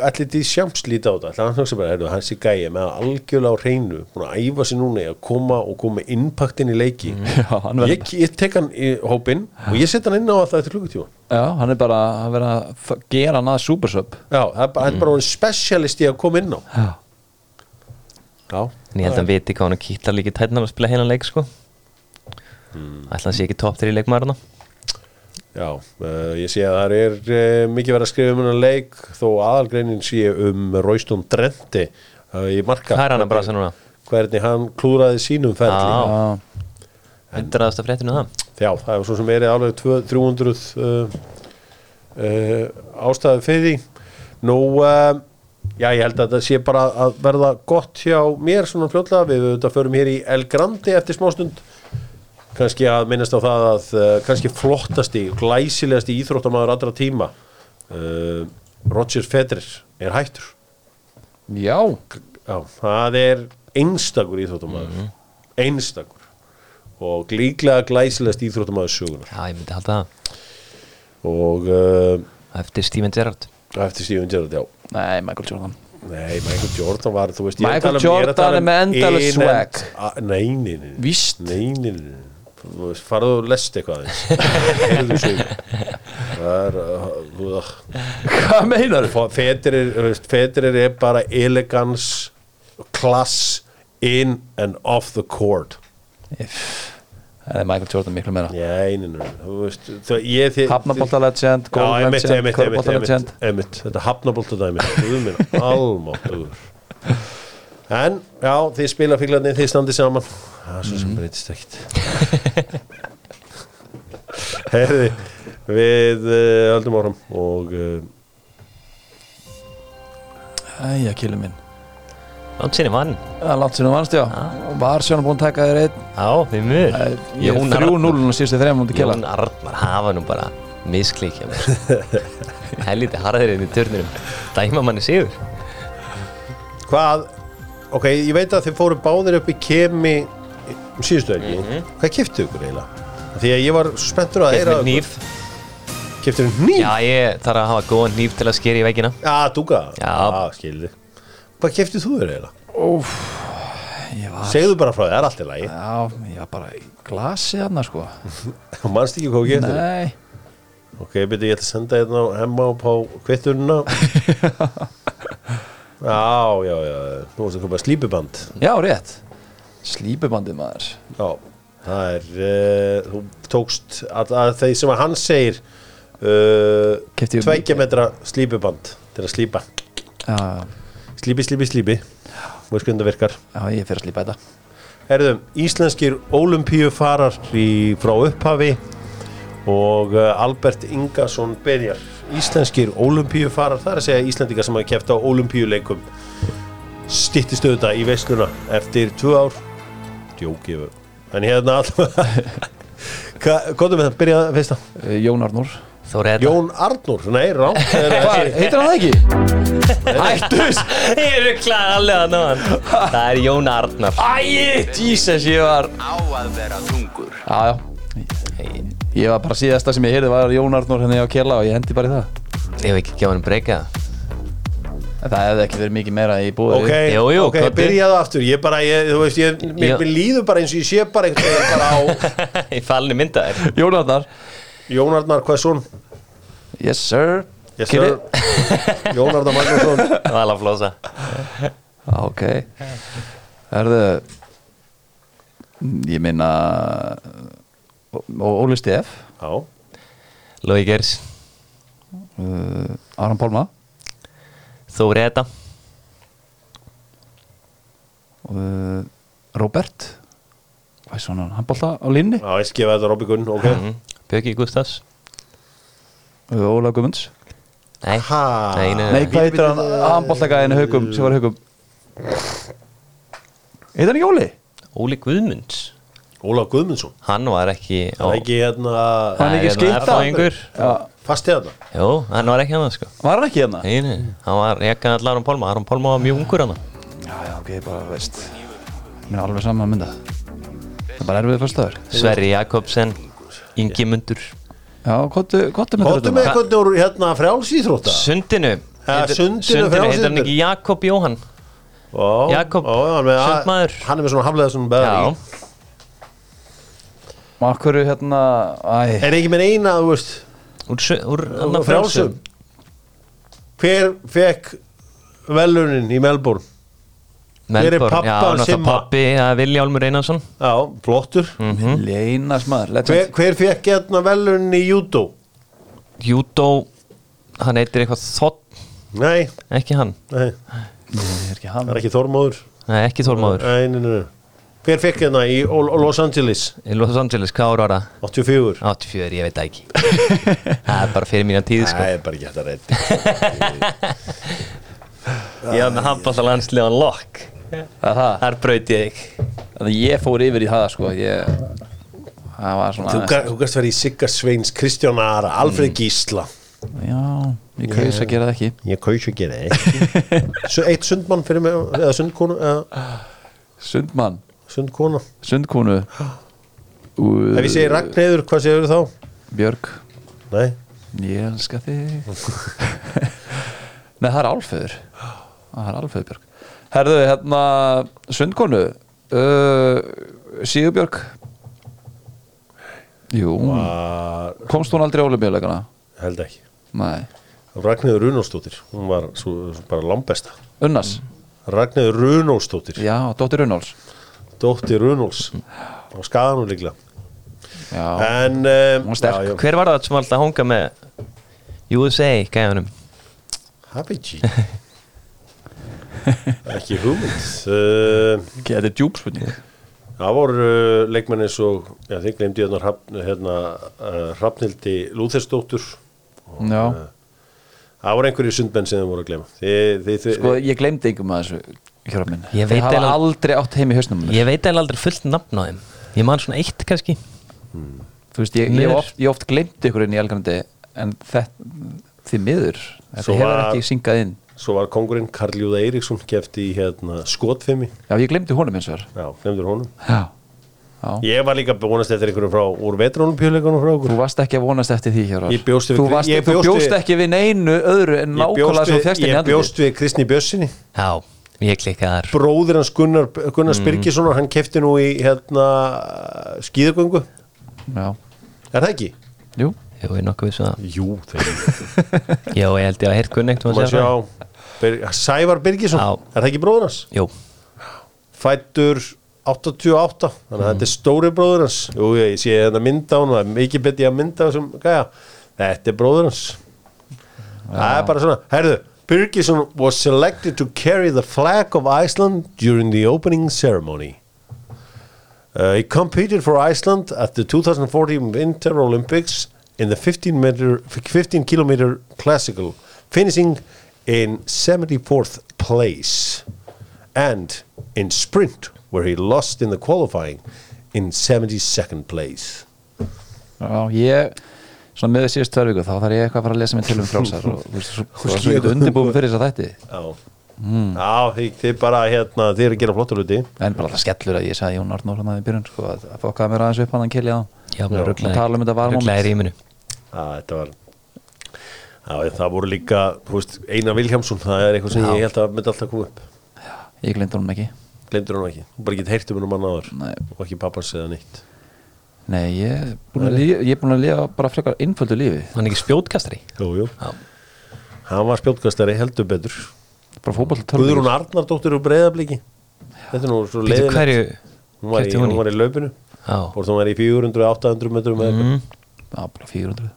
allir því sjáms líta á þetta. Allir hann hugsa bara, heyrðu, hans er gæja með algjörlega á reynu, búin að æfa sér núna í að koma og koma með impaktin í leiki. Mm. Já, hann verður Ég, ég tek hann í hópinn og ég set hann inn á það eftir klukkutíma. Já, hann er bara að vera að f- gera hann að supersub Já, það er bara, mm. bara specialist í að koma inn á. Já, Já. En ég held að hann viti hvað hann kýtlar líka tætnar að spila heilan leik sko. Ætla hann sé ekki top 3 leikmaðurna Já, uh, ég sé að það er uh, mikið verið að skrifa um hennar leik þó aðalgreinin sé um Róistón Drenti uh, í marka Það er hann að brasa Ah, núna Hvernig hann klúraði sínum ferli Já, já, hundraðasta fréttinu það Já, það hefur svo sem verið alveg 200 300 uh, uh, ástæðu fyrir því Nú, uh, já, ég held að þetta sé bara að verða gott hjá mér svona fljótlega, við auðvitað förum hér í El Grandi eftir smástund kannski að minnast á það að uh, kannski flottasti, glæsilegasti íþróttamaður allra tíma uh, Roger Federer er hættur já. Já, það er einstakur íþróttamaður einstakur og líklega glæsilegast íþróttamaður sögunar Já, ég myndi halda það og uh, Eftir Steven Gerrard eftir Steven Gerrard, já Nei, Michael Jordan Nei, Michael Jordan var, þú veist ég Michael að tala um- ég að tala Jordan er með endalaus innend- swag. A- Nei, nei, nei Víst. Nei, nei, nei, nei Þú veist, farðu og lest eitthvað aðeins Heyrðu sig Það er uh, þú- uh, Hvað meinar þú? fá- Federer, þú veist, Federer er bara elegans klass in and off the court Það er Michael Jordan miklu meira Nei, nei, nei, nei, þú veist það, ég, þið, Hafnaboltalegend, Já, einmitt, einmitt, golflegend, einmitt, körboltalegend einmitt, einmitt, þetta hafnabolta dæmi Guð minn, almáttugur En, já, þið spila fíklarni, þið standið saman Það er svo sem breytist ekkit Herði, við uh, höldum áram og uh, Æja, killu minn Látt sinni vann Það er langt sinni vannst, já Var sjónum búin að taka þér einn Já, því miður Ég er 3-0 og síðustu þreim múndi killa Jón Arnar hafa nú bara misklíkja mér Helviti harðirinn í törnirum Dæma manni sigur hvað Ok, ég veit að þið fóru báðir upp í kemi um síðustu ekki Mhm. Hvað kiptu ykkur eiginlega? Því að ég var svo spenntur að Keypti heyra mér Nýf Kiptu nýf? Já, ég þarf að hafa góðan nýf til að skeri í veggina Já, dúka Já. skilði Ah, Hvað kiptu þú þér eiginlega? Óf, ég var Segðu bara frá því, það er allt í lagi Já, ég var bara í glasi hann sko Þú manst ekki hvað getur Nei. Nei Ok, byrju, ég ætla að senda hérna á hemma og pá kvittununa Já, já, já Nú er það komið að slípuband Já, rétt Slípubandið maður Já, það er uh, Þú tókst að, að þeir sem að hann segir uh, Keypti ég- Tveikja metra slípuband Til að slípa Já, já, Slípi, slípi, slípi Þú veist hvernig það virkar já, ég fer að slípa þetta Herðum, íslenskir ólimpíufarar í, frá upphafi og uh, Albert Ingason byrjar. Íslenskir ólimpíufarar, það er að segja Íslendingar sem hafa kæft á ólimpíuleikum stittist auðvitað í veisluna eftir tvö ár. Djókiðu. En hérna allavega, hvað er með það? Byrja fyrsta. Eh, Jón Arnór Þóra þetta Jón Arnur, nei, rátt. Hvað, heitir hann það ekki? Hættus Ég er klað alveg að náðan Það er Jón Arnar Æi, Jesus, ég var á að vera þungur Já, já Ég var bara síðasta sem ég heyrði var Jón Arnór hérna ég á Kjella og ég hendi bara í það Ég hef ekki gefa hann breyka En það hefði ekki verið mikið meira í búið Ok, Jú, jú, ok, hvað- byrjaðu aftur Ég bara, ég, þú veist, ég, mér, Já. mér líður bara eins og ég sé bara einhvern veginn bara á Ég falni mynda þér Jón Arnar Jón Arnar, hvað er svon? Yes sir Yes, Kili- sir. Jón Arnar Magnússon Valaflósa Já, Ok Herðu Ég meina Ó- Ó- Óli Stef Já, Lói Geirs, uh, Aron Pálma Þóri Edda uh, Robert hvað er svona, hann bólta á línni Já, ég skifa þetta Robby Gunn, ok mm. Bjöggi Gustafs uh, Óla Gumunds Nei, Ha. nei, nei, Nei, nei. hvað heitir hann, hann bólta gæðinu haugum sem var haugum heitir hann ekki Óli? Óli Guðmunds Ólaf Guðmundsson, Hann var ekki það er ekki hérna Hann er ekki skeyta. skýta Já, fastið hérna Jú, hann var ekki hann sko var hann ekki hérna? Nei, nei, hann var ekki hann Aron Pálma Aron Pálma var mjög ungur hann Já, já, ok, bara veist mér er alveg saman að mynda það er bara erfiðið fyrst aður Sverri Jakobsen Ingi Mundur já, kottu, kottu með Kóttu með hvernig voru hérna frjálsýþrótta Sundinu Ja, Heitir- Sundinu, heitir hann frjálslyndur. ekki Jakob Jóhann Ó, Jakob, ó, já, hann með- sundmaður. Hann er með svona haflega svona Já, beðar og af hverju hérna, æ Er ekki með eina, þú veist úr, su- úr hann frjálsum Hver fekk velunin í Melbourne? Hver er pabbi já, hans náttúrulega Simma? pappi að Viljálmur Einarsson Já, flottur Leinas Mhm. maður, Hver, legend hver fekk hérna velunin í júdó? Júdó, hann heitir eitthvað Þott, Nei, ekki hann nei, Ég er ekki hann sko, það er ekki Þormóður Nei, ekki Þormáður Nei, nei, nei, nei. Hver fekk hérna í Ol- Los Angeles Í Los Angeles, hvað ára var það? 84? 84, ég veit það ekki Það er bara fyrir mína tíð sko Nei, bara ekki hægt að reyndi Ég hafði með handballa landslegan lokk Það er það, Þar braut ég þig þannig að ég fór yfir í það sko ég, það var svona Þú aðeins- ga- þú gast verið í Sigga Sveins, Kristján Ara, Alfred Gísla já, ég kaus að gera það ekki Mm. Ég kaus ekki það Svo eitt sundmann fyrir mig eða sundkonu eða Sundmann, sundkona sundkúnu Ef ég Úr, segi Ragnheiður, hvað segir þá? Björg Nei, ég elska þig nei, það er Alföður það er Alföður Björg herðu, hérna, sundkonu uh, Sigurbjörg jú, að, komst hún aldrei á olumjöleikana? Ah, held ekki nei, Ragnheiður Runóstóttir, hún var svo, svo bara lambesta Unnas Ragnheiður Runóstóttir, Já, Dóttir Unnóls dóttir Runóls á skaðanum líklega Já, En um, Hún er sterk. já, já. Hver var það sem var alltaf að hanga með USA gæðunum? Habichi Ekki hugmynd uh, þetta er djúpspunning Það voru uh, leikmenn eins og já, þið glemdi hérna, Hrafn- hérna uh, Hrafnildi Lúþersdóttur Já, Það voru einhverju sundmenn sem þið voru að glema þið, þið, þið, sko ég glemdi einhverjum að þessu Hjóra minn Ég Ég veit veit hafa eiginlega- aldrei átt heim í hausnum Ég veit eða aldrei fullt nafn á þeim Ég man svona eitt kannski Þú veist, ég, ég, Miður. hef oft, ég hef oft glemdi ykkur inn í Elgrandi En þetta, því miður Þetta Svo hefur var- ekki syngað inn Svo var kongurinn Karl Júða Eiríksson kefti í hérna, skotfimi Já, ég glemdi honum eins og þar Já, glemdur honum Já, já. Ég var líka búinast eftir einhverju frá úr vetrolumpjuleikunum frá okkur Þú varst ekki að vonast eftir því Hjóra Ég bjóst við- Þú, varst, ég þú bjóst bjóst við- ekki við neinu öðru En Ég bjóst nákvæmlega svo við- fjast inn í Ég andlið bjóst við Kristni Bjössinni Já, ég klikkaði þar Bróðir hans Gunnar, Gunnar Mm. Spyrkissonar Hann kefti nú í hérna, skíðagöngu Já, Er það ekki? jú Jú, ég er nokkuð vissu það Jú, þegar Já, ég held ég að heyrt kunni Má eitthvað um að sjá segja Ber Sævar Birgisson, Já. er það ekki bróður hans? það Jú, Fættur 88 Þannig að þetta er stóri bróður hans Mhm. Jú, ég sé þetta mynda á hann Það er mikið betið að mynda sem gæja Þetta er bróður hans Það er bara svona, herðu Birgisson was selected to carry the flag of Iceland during the opening ceremony Uh, he competed for Iceland at the 2014 Winter Olympics in the 15 meter, 15 kilometer classical, finishing in 74th place, and in sprint where he lost in the qualifying in 72nd place. Já, ég Svona með síðust tvær viku Þá þarf ég eitthvað að fara að lesa mér til um frjálsar Og þú veist, svo- svo skilur- ekki undirbúið fyrir þess að þætti Já, Já þið, þið bara hérna, þið er að gera flottur hluti. En bara alltaf skellur að ég sagði Jón Arnór hann að í byrjun sko, að að fokkaði mér aðeins upp hann að kelja á já, Já, rugglaði tala um þetta var Rugglaði rýminu Já, þetta var Já, ég- það voru líka, þú veist, Einar Vilhjámsson, það er eitthvað sem ég held að myndi alltaf koma upp. Ég glemt honum ekki glemdur hann ekki, hún bara getið heyrt um hennar mann áður Nei. og ekki pappans eða neitt Nei, ég er búin að, líf, ég er búin að lifa bara frekar innföldu lífi Hann er ekki spjótkastari jú, jú. hann var spjótkastari heldur betur Bara fótboll Guðrún Arnardóttir úr breyðabliki þetta er nú svo Býtu leiðilegt hverju hún, var í- keypti hún í? hún var í laupinu Já, Mhm. hvort hún var í 400-800 metrum mm. Já, bara 400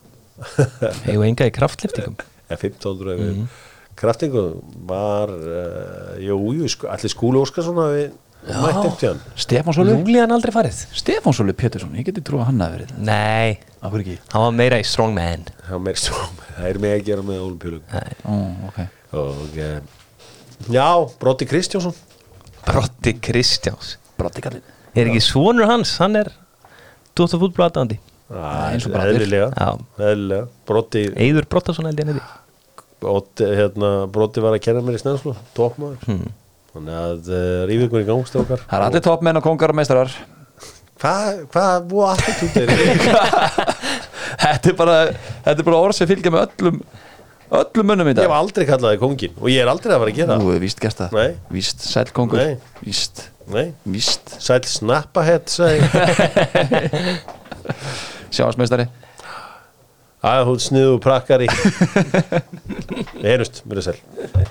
Hefur enga í kraftliftingum eða 15 yfir Mhm. mm kraftingu var uh, jú, jú, sku- allir skúli Óskarsson hafi mætt eftir hann Stefán Sólu Júlíðan aldrei farið Stefán Sólu Pétursson, ég geti trúið að hann hafi verið Nei, Af hverju ekki? hann var meira í strongman það er meira svo, sko, það er með að gera með olimpíuleikum Nei. Ó, ok og uh, já, Brotti Kristjánsson Brotti Kristjáns Brotti kallinn Er ekki svonur hans, hann er Dóttar fútbol aðdándi Það eins og er Broddi. eðlilega, Já. eðlilega. Brotti, Eyður Brottason held ég hann heiti. Odd, hérna, Brotti var að kenna mér í snenslu topmaður þannig að uh, rífið ykkur í gangstókar Hmm. Það er allir toppmenn og kongar og meistarar hvað, hvað, hvað attitút er þetta? Þetta er bara, þetta er bara orð sem fylgja með öllum öllum mönnum í ég dag hef aldrei kallað þig kongin og ég er aldrei að fara að gera Þú það hefur víst gert það Nei. Víst, sæl kongur Nei. Víst, nei, víst sæl snappahett sagði ég. Sjávarsmeistari að hún sniðu prakkari einust, mér er sæl